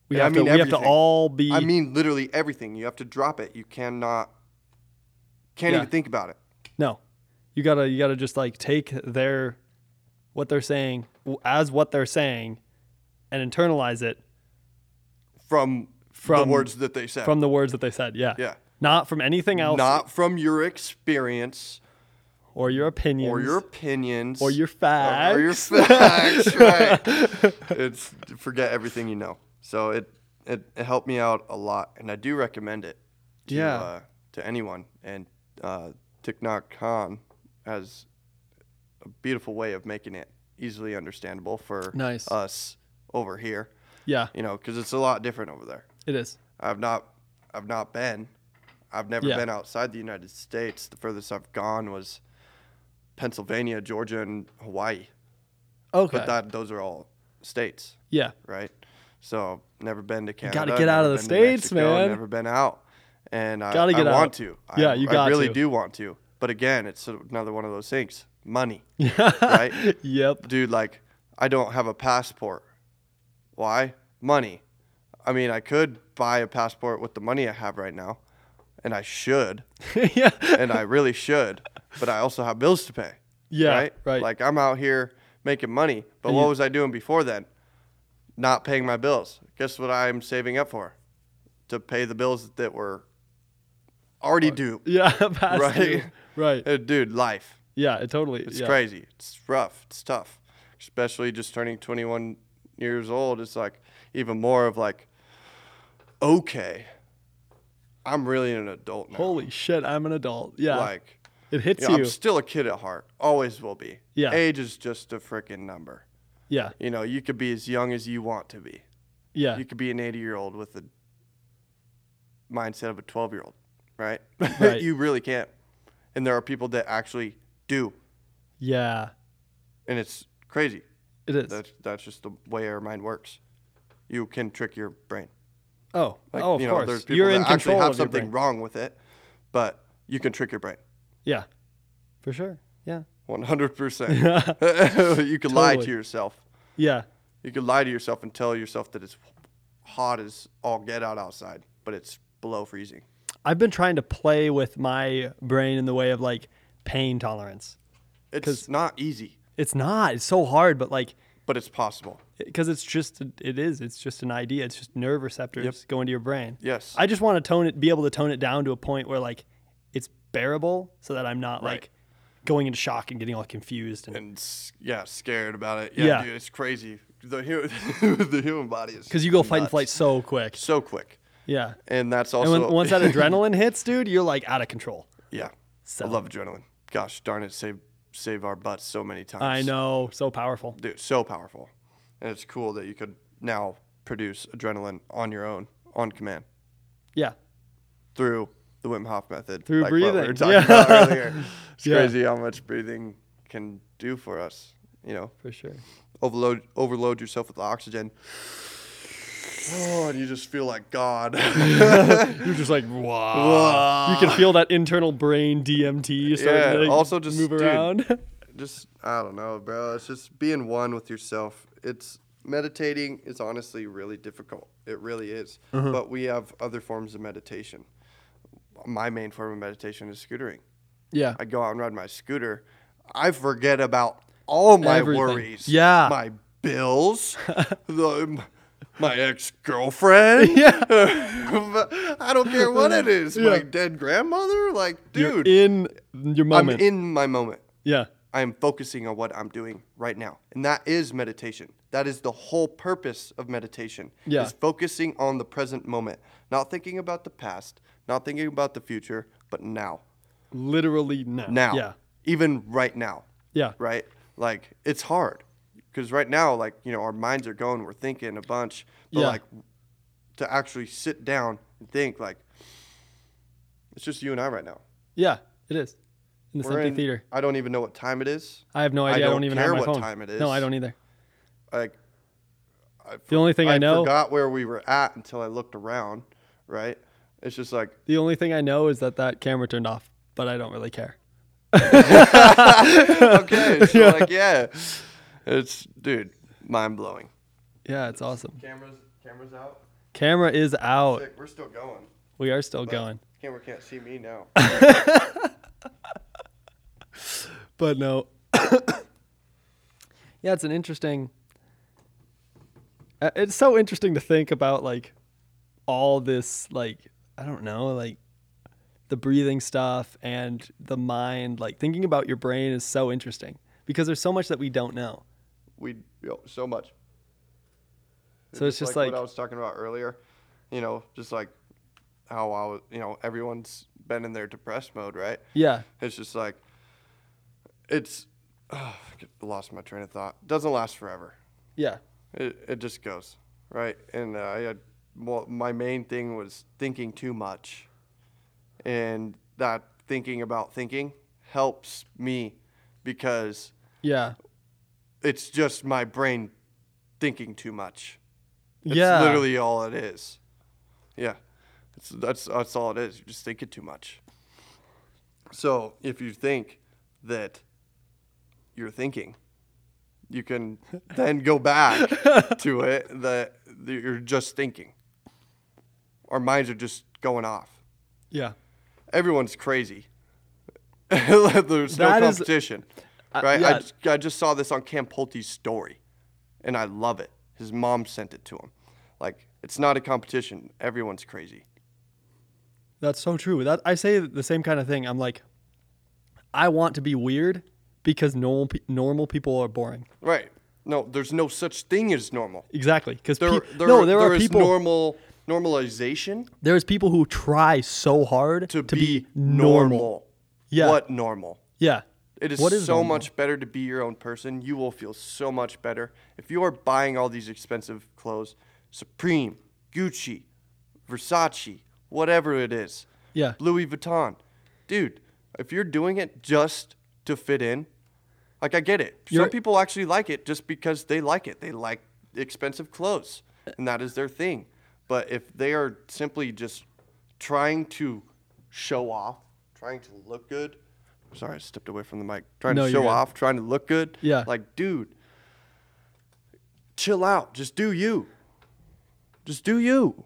[SPEAKER 5] We
[SPEAKER 3] yeah, I
[SPEAKER 5] have to.
[SPEAKER 3] mean
[SPEAKER 5] We have to
[SPEAKER 3] everything.
[SPEAKER 5] all be.
[SPEAKER 3] I mean, literally everything. You have to drop it. You cannot, can't
[SPEAKER 5] Yeah.
[SPEAKER 3] even think about it.
[SPEAKER 5] No, you gotta you gotta just like take their what they're saying w- as what they're saying, and internalize it.
[SPEAKER 3] From
[SPEAKER 2] from
[SPEAKER 3] the words that they said.
[SPEAKER 2] from the words that they said. Yeah.
[SPEAKER 3] Yeah.
[SPEAKER 2] Not from anything else
[SPEAKER 3] not from your experience
[SPEAKER 2] or your opinions
[SPEAKER 3] or your opinions
[SPEAKER 2] or your facts.
[SPEAKER 3] or your facts. right. It's forget everything you know. So it, it it helped me out a lot, and I do recommend it. To,
[SPEAKER 5] Yeah.
[SPEAKER 3] Uh, to anyone, and uh, Thich Nhat Khan has a beautiful way of making it easily understandable for
[SPEAKER 2] Nice.
[SPEAKER 3] us over here.
[SPEAKER 2] yeah,
[SPEAKER 3] You know, because it's a lot different over there.
[SPEAKER 2] it is.
[SPEAKER 3] I've not I've not been. I've never
[SPEAKER 2] Yeah.
[SPEAKER 3] been outside the United States. The furthest I've gone was Pennsylvania, Georgia, and Hawaii.
[SPEAKER 2] Okay.
[SPEAKER 3] But that those are all states,
[SPEAKER 2] yeah.
[SPEAKER 3] right? So never been to Canada.
[SPEAKER 2] gotta get out of
[SPEAKER 3] never
[SPEAKER 2] the
[SPEAKER 3] been to
[SPEAKER 2] States,
[SPEAKER 3] I've
[SPEAKER 2] man.
[SPEAKER 3] Never been out, and I,
[SPEAKER 2] Gotta get
[SPEAKER 3] I
[SPEAKER 2] out.
[SPEAKER 3] want to. I-
[SPEAKER 2] Yeah, you
[SPEAKER 3] I
[SPEAKER 2] got
[SPEAKER 3] really
[SPEAKER 2] to.
[SPEAKER 3] do want to. But again, it's another one of those things. Money, right?
[SPEAKER 2] Yep.
[SPEAKER 3] dude, like, I don't have a passport. Why? Money. I mean, I could buy a passport with the money I have right now, and I should,
[SPEAKER 2] yeah.
[SPEAKER 3] and I really should, but I also have bills to pay.
[SPEAKER 2] Yeah,
[SPEAKER 3] Right?
[SPEAKER 2] right.
[SPEAKER 3] Like, I'm out here making money, but what was I doing before then? Not paying my bills. Guess what I'm saving up for? To pay the bills that were already
[SPEAKER 2] Uh,
[SPEAKER 3] due.
[SPEAKER 2] Yeah. past
[SPEAKER 3] Right.
[SPEAKER 2] due. Right.
[SPEAKER 3] Uh, Dude, life.
[SPEAKER 2] Yeah. It totally.
[SPEAKER 3] It's
[SPEAKER 2] yeah.
[SPEAKER 3] crazy. It's rough. It's tough, especially just turning 21 years old. It's like even more of like, okay, I'm really an adult now.
[SPEAKER 2] Holy shit! I'm an adult. Yeah.
[SPEAKER 3] Like,
[SPEAKER 2] it hits
[SPEAKER 3] you
[SPEAKER 2] you.
[SPEAKER 3] know, I'm still a kid at heart. Always will be.
[SPEAKER 2] Yeah.
[SPEAKER 3] Age is just a freaking number.
[SPEAKER 2] yeah.
[SPEAKER 3] You know, you could be as young as you want to be.
[SPEAKER 2] Yeah.
[SPEAKER 3] You could be an 80 year old with a mindset of a 12 year old, right?
[SPEAKER 2] Right.
[SPEAKER 3] you really can't. And there are people that actually do,
[SPEAKER 2] yeah.
[SPEAKER 3] and it's crazy.
[SPEAKER 2] It is.
[SPEAKER 3] That's that's just the way our mind works. You can trick your brain.
[SPEAKER 2] oh. oh, of
[SPEAKER 3] you know,
[SPEAKER 2] course.
[SPEAKER 3] There's people
[SPEAKER 2] You're
[SPEAKER 3] that
[SPEAKER 2] in
[SPEAKER 3] actually
[SPEAKER 2] control
[SPEAKER 3] have
[SPEAKER 2] of your
[SPEAKER 3] something
[SPEAKER 2] brain.
[SPEAKER 3] wrong with it, but you can trick your brain.
[SPEAKER 2] Yeah. For sure. Yeah.
[SPEAKER 3] One hundred percent. You can lie to
[SPEAKER 2] Totally.
[SPEAKER 3] yourself.
[SPEAKER 2] Yeah.
[SPEAKER 3] You can lie to yourself and tell yourself that it's hot as all get out outside, but it's below freezing.
[SPEAKER 2] I've been trying to play with my brain in the way of like pain tolerance.
[SPEAKER 3] It's not easy,
[SPEAKER 2] It's not. It's so hard, but like
[SPEAKER 3] but it's possible.
[SPEAKER 2] because it's just it is it's just an idea it's just nerve receptors going to your brain
[SPEAKER 3] Yes.
[SPEAKER 2] i just want to tone it be able to tone it down to a point where like it's bearable so that i'm not
[SPEAKER 3] Right.
[SPEAKER 2] like going into shock and getting all confused and
[SPEAKER 3] And s- yeah, scared about it. Yeah,
[SPEAKER 2] Yeah.
[SPEAKER 3] dude, it's crazy. The human, the human body is
[SPEAKER 2] because you go fight and
[SPEAKER 3] nuts.
[SPEAKER 2] flight so quick
[SPEAKER 3] so quick,
[SPEAKER 2] yeah
[SPEAKER 3] and that's
[SPEAKER 2] and
[SPEAKER 3] also
[SPEAKER 2] when, once that adrenaline hits dude you're like out of control
[SPEAKER 3] Yeah.
[SPEAKER 2] So-
[SPEAKER 3] I love adrenaline. Gosh darn it, save save our butts so many times.
[SPEAKER 2] i know so powerful
[SPEAKER 3] Dude, so powerful. And it's cool that you could now produce adrenaline on your own, on command,
[SPEAKER 2] yeah
[SPEAKER 3] through the Wim Hof method.
[SPEAKER 2] Through
[SPEAKER 3] what we
[SPEAKER 2] breathing.
[SPEAKER 3] were talking
[SPEAKER 2] Yeah.
[SPEAKER 3] about earlier. It's
[SPEAKER 2] Yeah.
[SPEAKER 3] crazy how much breathing can do for us. You know,
[SPEAKER 2] for sure
[SPEAKER 3] overload overload yourself with oxygen. Oh, and you just feel like God.
[SPEAKER 2] you're just like wow you can feel that internal brain dmt starting
[SPEAKER 3] Yeah,
[SPEAKER 2] to
[SPEAKER 3] also just,
[SPEAKER 2] move
[SPEAKER 3] dude,
[SPEAKER 2] around
[SPEAKER 3] just I don't know, bro. It's just being one with yourself. It's meditating is honestly really difficult. It really is.
[SPEAKER 2] Mm-hmm.
[SPEAKER 3] But we have other forms of meditation. My main form of meditation is scootering.
[SPEAKER 2] yeah
[SPEAKER 3] I go out and ride my scooter. I forget about all my
[SPEAKER 2] Everything.
[SPEAKER 3] worries.
[SPEAKER 2] Yeah.
[SPEAKER 3] My bills. the, my ex girlfriend. Yeah. I don't care what it is. My dead grandmother. Like, dude,
[SPEAKER 2] you're in your
[SPEAKER 3] I'm
[SPEAKER 2] moment
[SPEAKER 3] in my moment.
[SPEAKER 2] yeah
[SPEAKER 3] I am focusing on what I'm doing right now. And that is meditation. That is the whole purpose of meditation.
[SPEAKER 2] Yeah.
[SPEAKER 3] Is focusing on the present moment. Not thinking about the past, not thinking about the future, but now.
[SPEAKER 2] literally now.
[SPEAKER 3] Now.
[SPEAKER 2] Yeah.
[SPEAKER 3] Even right now.
[SPEAKER 2] Yeah.
[SPEAKER 3] Right? Like it's hard. Cuz right now like, you know, our minds are going, we're thinking a bunch, but
[SPEAKER 2] Yeah.
[SPEAKER 3] like to actually sit down and think like it's just you and I right now.
[SPEAKER 2] Yeah, it is. In this
[SPEAKER 3] We're
[SPEAKER 2] empty
[SPEAKER 3] in-
[SPEAKER 2] theater.
[SPEAKER 3] I don't even know what time it is.
[SPEAKER 2] I have no idea. I don't,
[SPEAKER 3] don't
[SPEAKER 2] even
[SPEAKER 3] care
[SPEAKER 2] have my
[SPEAKER 3] what
[SPEAKER 2] phone.
[SPEAKER 3] time it
[SPEAKER 2] No, I
[SPEAKER 3] is.
[SPEAKER 2] don't either.
[SPEAKER 3] Like
[SPEAKER 2] The only thing I, know,
[SPEAKER 3] forgot where we were at until I looked around, right? It's just like
[SPEAKER 2] the only thing I know is that that camera turned off, but I don't really care.
[SPEAKER 3] okay, so like yeah, it's dude, mind blowing.
[SPEAKER 2] Yeah, it's awesome.
[SPEAKER 3] Cameras, cameras out.
[SPEAKER 2] Camera is out.
[SPEAKER 3] Sick, we're still going.
[SPEAKER 2] We are still going.
[SPEAKER 3] Camera can't see me now.
[SPEAKER 2] But no. yeah, it's an interesting. uh, It's so interesting to think about like all this like I don't know, like the breathing stuff and the mind, like thinking about your brain is so interesting because there's so much that we don't know.
[SPEAKER 3] we yo, so much.
[SPEAKER 2] So it's just like,
[SPEAKER 3] what I was talking about earlier, you know, just like how I was, you know, everyone's been in their depressed mode, right?
[SPEAKER 2] yeah,
[SPEAKER 3] It's just like it's oh, lost my train of thought. Doesn't last forever.
[SPEAKER 2] yeah,
[SPEAKER 3] It it just goes right. And uh, I had well, my main thing was thinking too much, and that thinking about thinking helps me because
[SPEAKER 2] yeah,
[SPEAKER 3] it's just my brain thinking too much. It's
[SPEAKER 2] yeah,
[SPEAKER 3] literally all it is. Yeah. It's, that's that's all it is. You're just thinking too much. So if you think that you're thinking, you can then go back to it that that you're just thinking. Our minds are just going off.
[SPEAKER 2] yeah.
[SPEAKER 3] Everyone's crazy. There's no
[SPEAKER 2] That is-
[SPEAKER 3] competition,
[SPEAKER 2] Uh,
[SPEAKER 3] right?
[SPEAKER 2] yeah.
[SPEAKER 3] I, j- I just saw this on Cam Pulte's story, and I love it. His mom sent it to him. Like it's not a competition. Everyone's crazy.
[SPEAKER 2] That's so true. That I say the same kind of thing. I'm like, I want to be weird because normal pe- normal people are boring.
[SPEAKER 3] Right? No, there's no such thing as normal.
[SPEAKER 2] Exactly, because
[SPEAKER 3] There, there,
[SPEAKER 2] no, there, are
[SPEAKER 3] is
[SPEAKER 2] people.
[SPEAKER 3] normal normalization
[SPEAKER 2] there's people who try so hard
[SPEAKER 3] to,
[SPEAKER 2] to, be normal. Yeah.
[SPEAKER 3] What normal?
[SPEAKER 2] Yeah,
[SPEAKER 3] It is,
[SPEAKER 2] What is
[SPEAKER 3] so
[SPEAKER 2] normal?
[SPEAKER 3] much better to be your own person. You will feel so much better. If you are buying all these expensive clothes, Supreme, Gucci, Versace, whatever it is,
[SPEAKER 2] Yeah.
[SPEAKER 3] Louis Vuitton, dude, if you're doing it just to fit in, like I get it.
[SPEAKER 2] You're-
[SPEAKER 3] Some people actually like it just because they like it. They like expensive clothes, and that is their thing. But if they are simply just trying to show off, trying to look good, sorry, I stepped away from the mic, trying
[SPEAKER 2] No,
[SPEAKER 3] to
[SPEAKER 2] you're
[SPEAKER 3] show
[SPEAKER 2] good.
[SPEAKER 3] off, trying to look good.
[SPEAKER 2] Yeah.
[SPEAKER 3] Like, dude, chill out. Just do you. Just do you.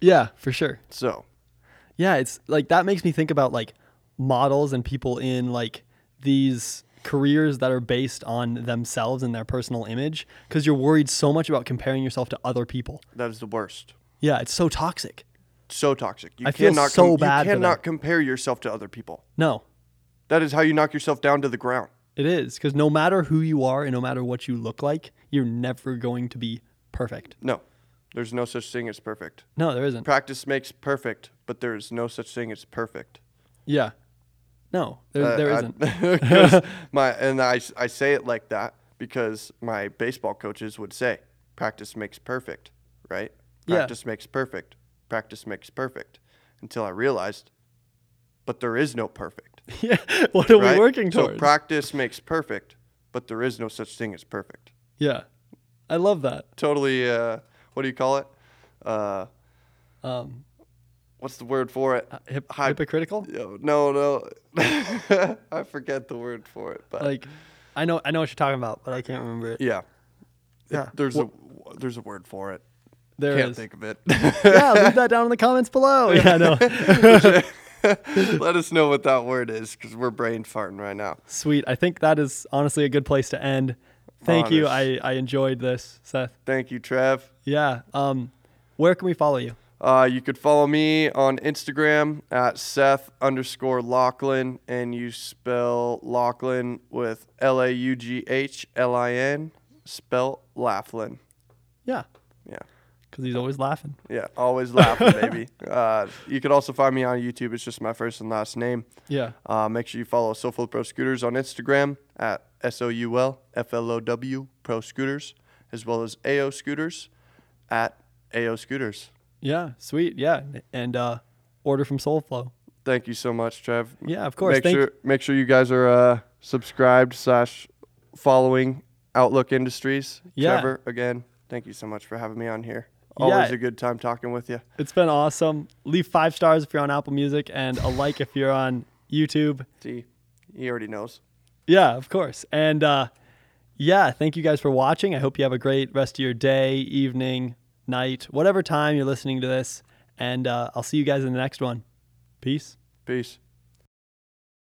[SPEAKER 2] yeah, for sure.
[SPEAKER 3] So,
[SPEAKER 2] Yeah, it's like that makes me think about like models and people in like these careers that are based on themselves and their personal image because you're worried so much about comparing yourself to other people.
[SPEAKER 3] that is the worst.
[SPEAKER 2] Yeah, it's so toxic.
[SPEAKER 3] So toxic. You
[SPEAKER 2] I feel
[SPEAKER 3] cannot
[SPEAKER 2] so
[SPEAKER 3] you
[SPEAKER 2] bad for them.
[SPEAKER 3] cannot compare yourself to other people.
[SPEAKER 2] No,
[SPEAKER 3] That is how you knock yourself down to the ground.
[SPEAKER 2] it is because no matter who you are and no matter what you look like, you're never going to be perfect.
[SPEAKER 3] No, there's no such thing as perfect.
[SPEAKER 2] No, there isn't.
[SPEAKER 3] Practice makes perfect, but there is no such thing as perfect.
[SPEAKER 2] Yeah. No, there,
[SPEAKER 3] Uh,
[SPEAKER 2] there
[SPEAKER 3] I-
[SPEAKER 2] isn't.
[SPEAKER 3] 'cause my and I, s- I say it like that because my baseball coaches would say practice makes perfect, right?
[SPEAKER 2] Yeah.
[SPEAKER 3] Practice makes perfect. Practice makes perfect. Until I realized, but there is no perfect.
[SPEAKER 2] yeah. What are
[SPEAKER 3] right?
[SPEAKER 2] we working
[SPEAKER 3] So
[SPEAKER 2] towards?
[SPEAKER 3] practice makes perfect, but there is no such thing as perfect.
[SPEAKER 2] yeah. I love that.
[SPEAKER 3] Totally. Uh, what do you call it? Uh,
[SPEAKER 2] Um,
[SPEAKER 3] what's the word for it?
[SPEAKER 2] hip-
[SPEAKER 3] Hy-
[SPEAKER 2] hypocritical?
[SPEAKER 3] Yo, No, no. I forget the word for it, but
[SPEAKER 2] Like, I know, I know what you're talking about, but I can't remember it.
[SPEAKER 3] yeah,
[SPEAKER 2] Yeah.
[SPEAKER 3] There's a there's a word for it.
[SPEAKER 2] There
[SPEAKER 3] Can't
[SPEAKER 2] is.
[SPEAKER 3] think of it.
[SPEAKER 2] yeah, leave that down in the comments below. Yeah, no.
[SPEAKER 3] Let us know what that word is, because we're brain farting right now.
[SPEAKER 2] Sweet. I think that is honestly a good place to end. Thank you. I,
[SPEAKER 3] Honest.
[SPEAKER 2] I enjoyed this, Seth.
[SPEAKER 3] Thank you, Trev.
[SPEAKER 2] Yeah. Um, where can we follow you?
[SPEAKER 3] Uh, you could follow me on Instagram at Seth underscore Lachlan, and you spell Lachlan with L A U G H L I N, spell Laughlin.
[SPEAKER 2] Yeah,
[SPEAKER 3] Yeah.
[SPEAKER 2] because he's always laughing.
[SPEAKER 3] Yeah, always laughing, baby. Uh, you could also find me on YouTube. It's just my first and last name.
[SPEAKER 2] Yeah.
[SPEAKER 3] Uh, make sure you follow Soulful Pro Scooters on Instagram at S O U L F L O W Pro Scooters, as well as AO Scooters at AO Scooters.
[SPEAKER 2] Yeah. Sweet. Yeah. And uh, order from Soulflow.
[SPEAKER 3] Thank you so much, Trev.
[SPEAKER 2] Yeah, of course.
[SPEAKER 3] Make
[SPEAKER 2] Thank-
[SPEAKER 3] sure make sure you guys are uh, subscribed slash following Outlook Industries.
[SPEAKER 2] Yeah.
[SPEAKER 3] Trevor, again, thank you so much for having me on here. Always
[SPEAKER 2] Yeah.
[SPEAKER 3] a good time talking with you.
[SPEAKER 2] It's been awesome. Leave five stars if you're on Apple Music and a like if you're on YouTube.
[SPEAKER 3] See, he already knows.
[SPEAKER 2] Yeah, of course. And uh, yeah, thank you guys for watching. I hope you have a great rest of your day, evening, night, whatever time you're listening to this. And uh, I'll see you guys in the next one. Peace.
[SPEAKER 3] Peace.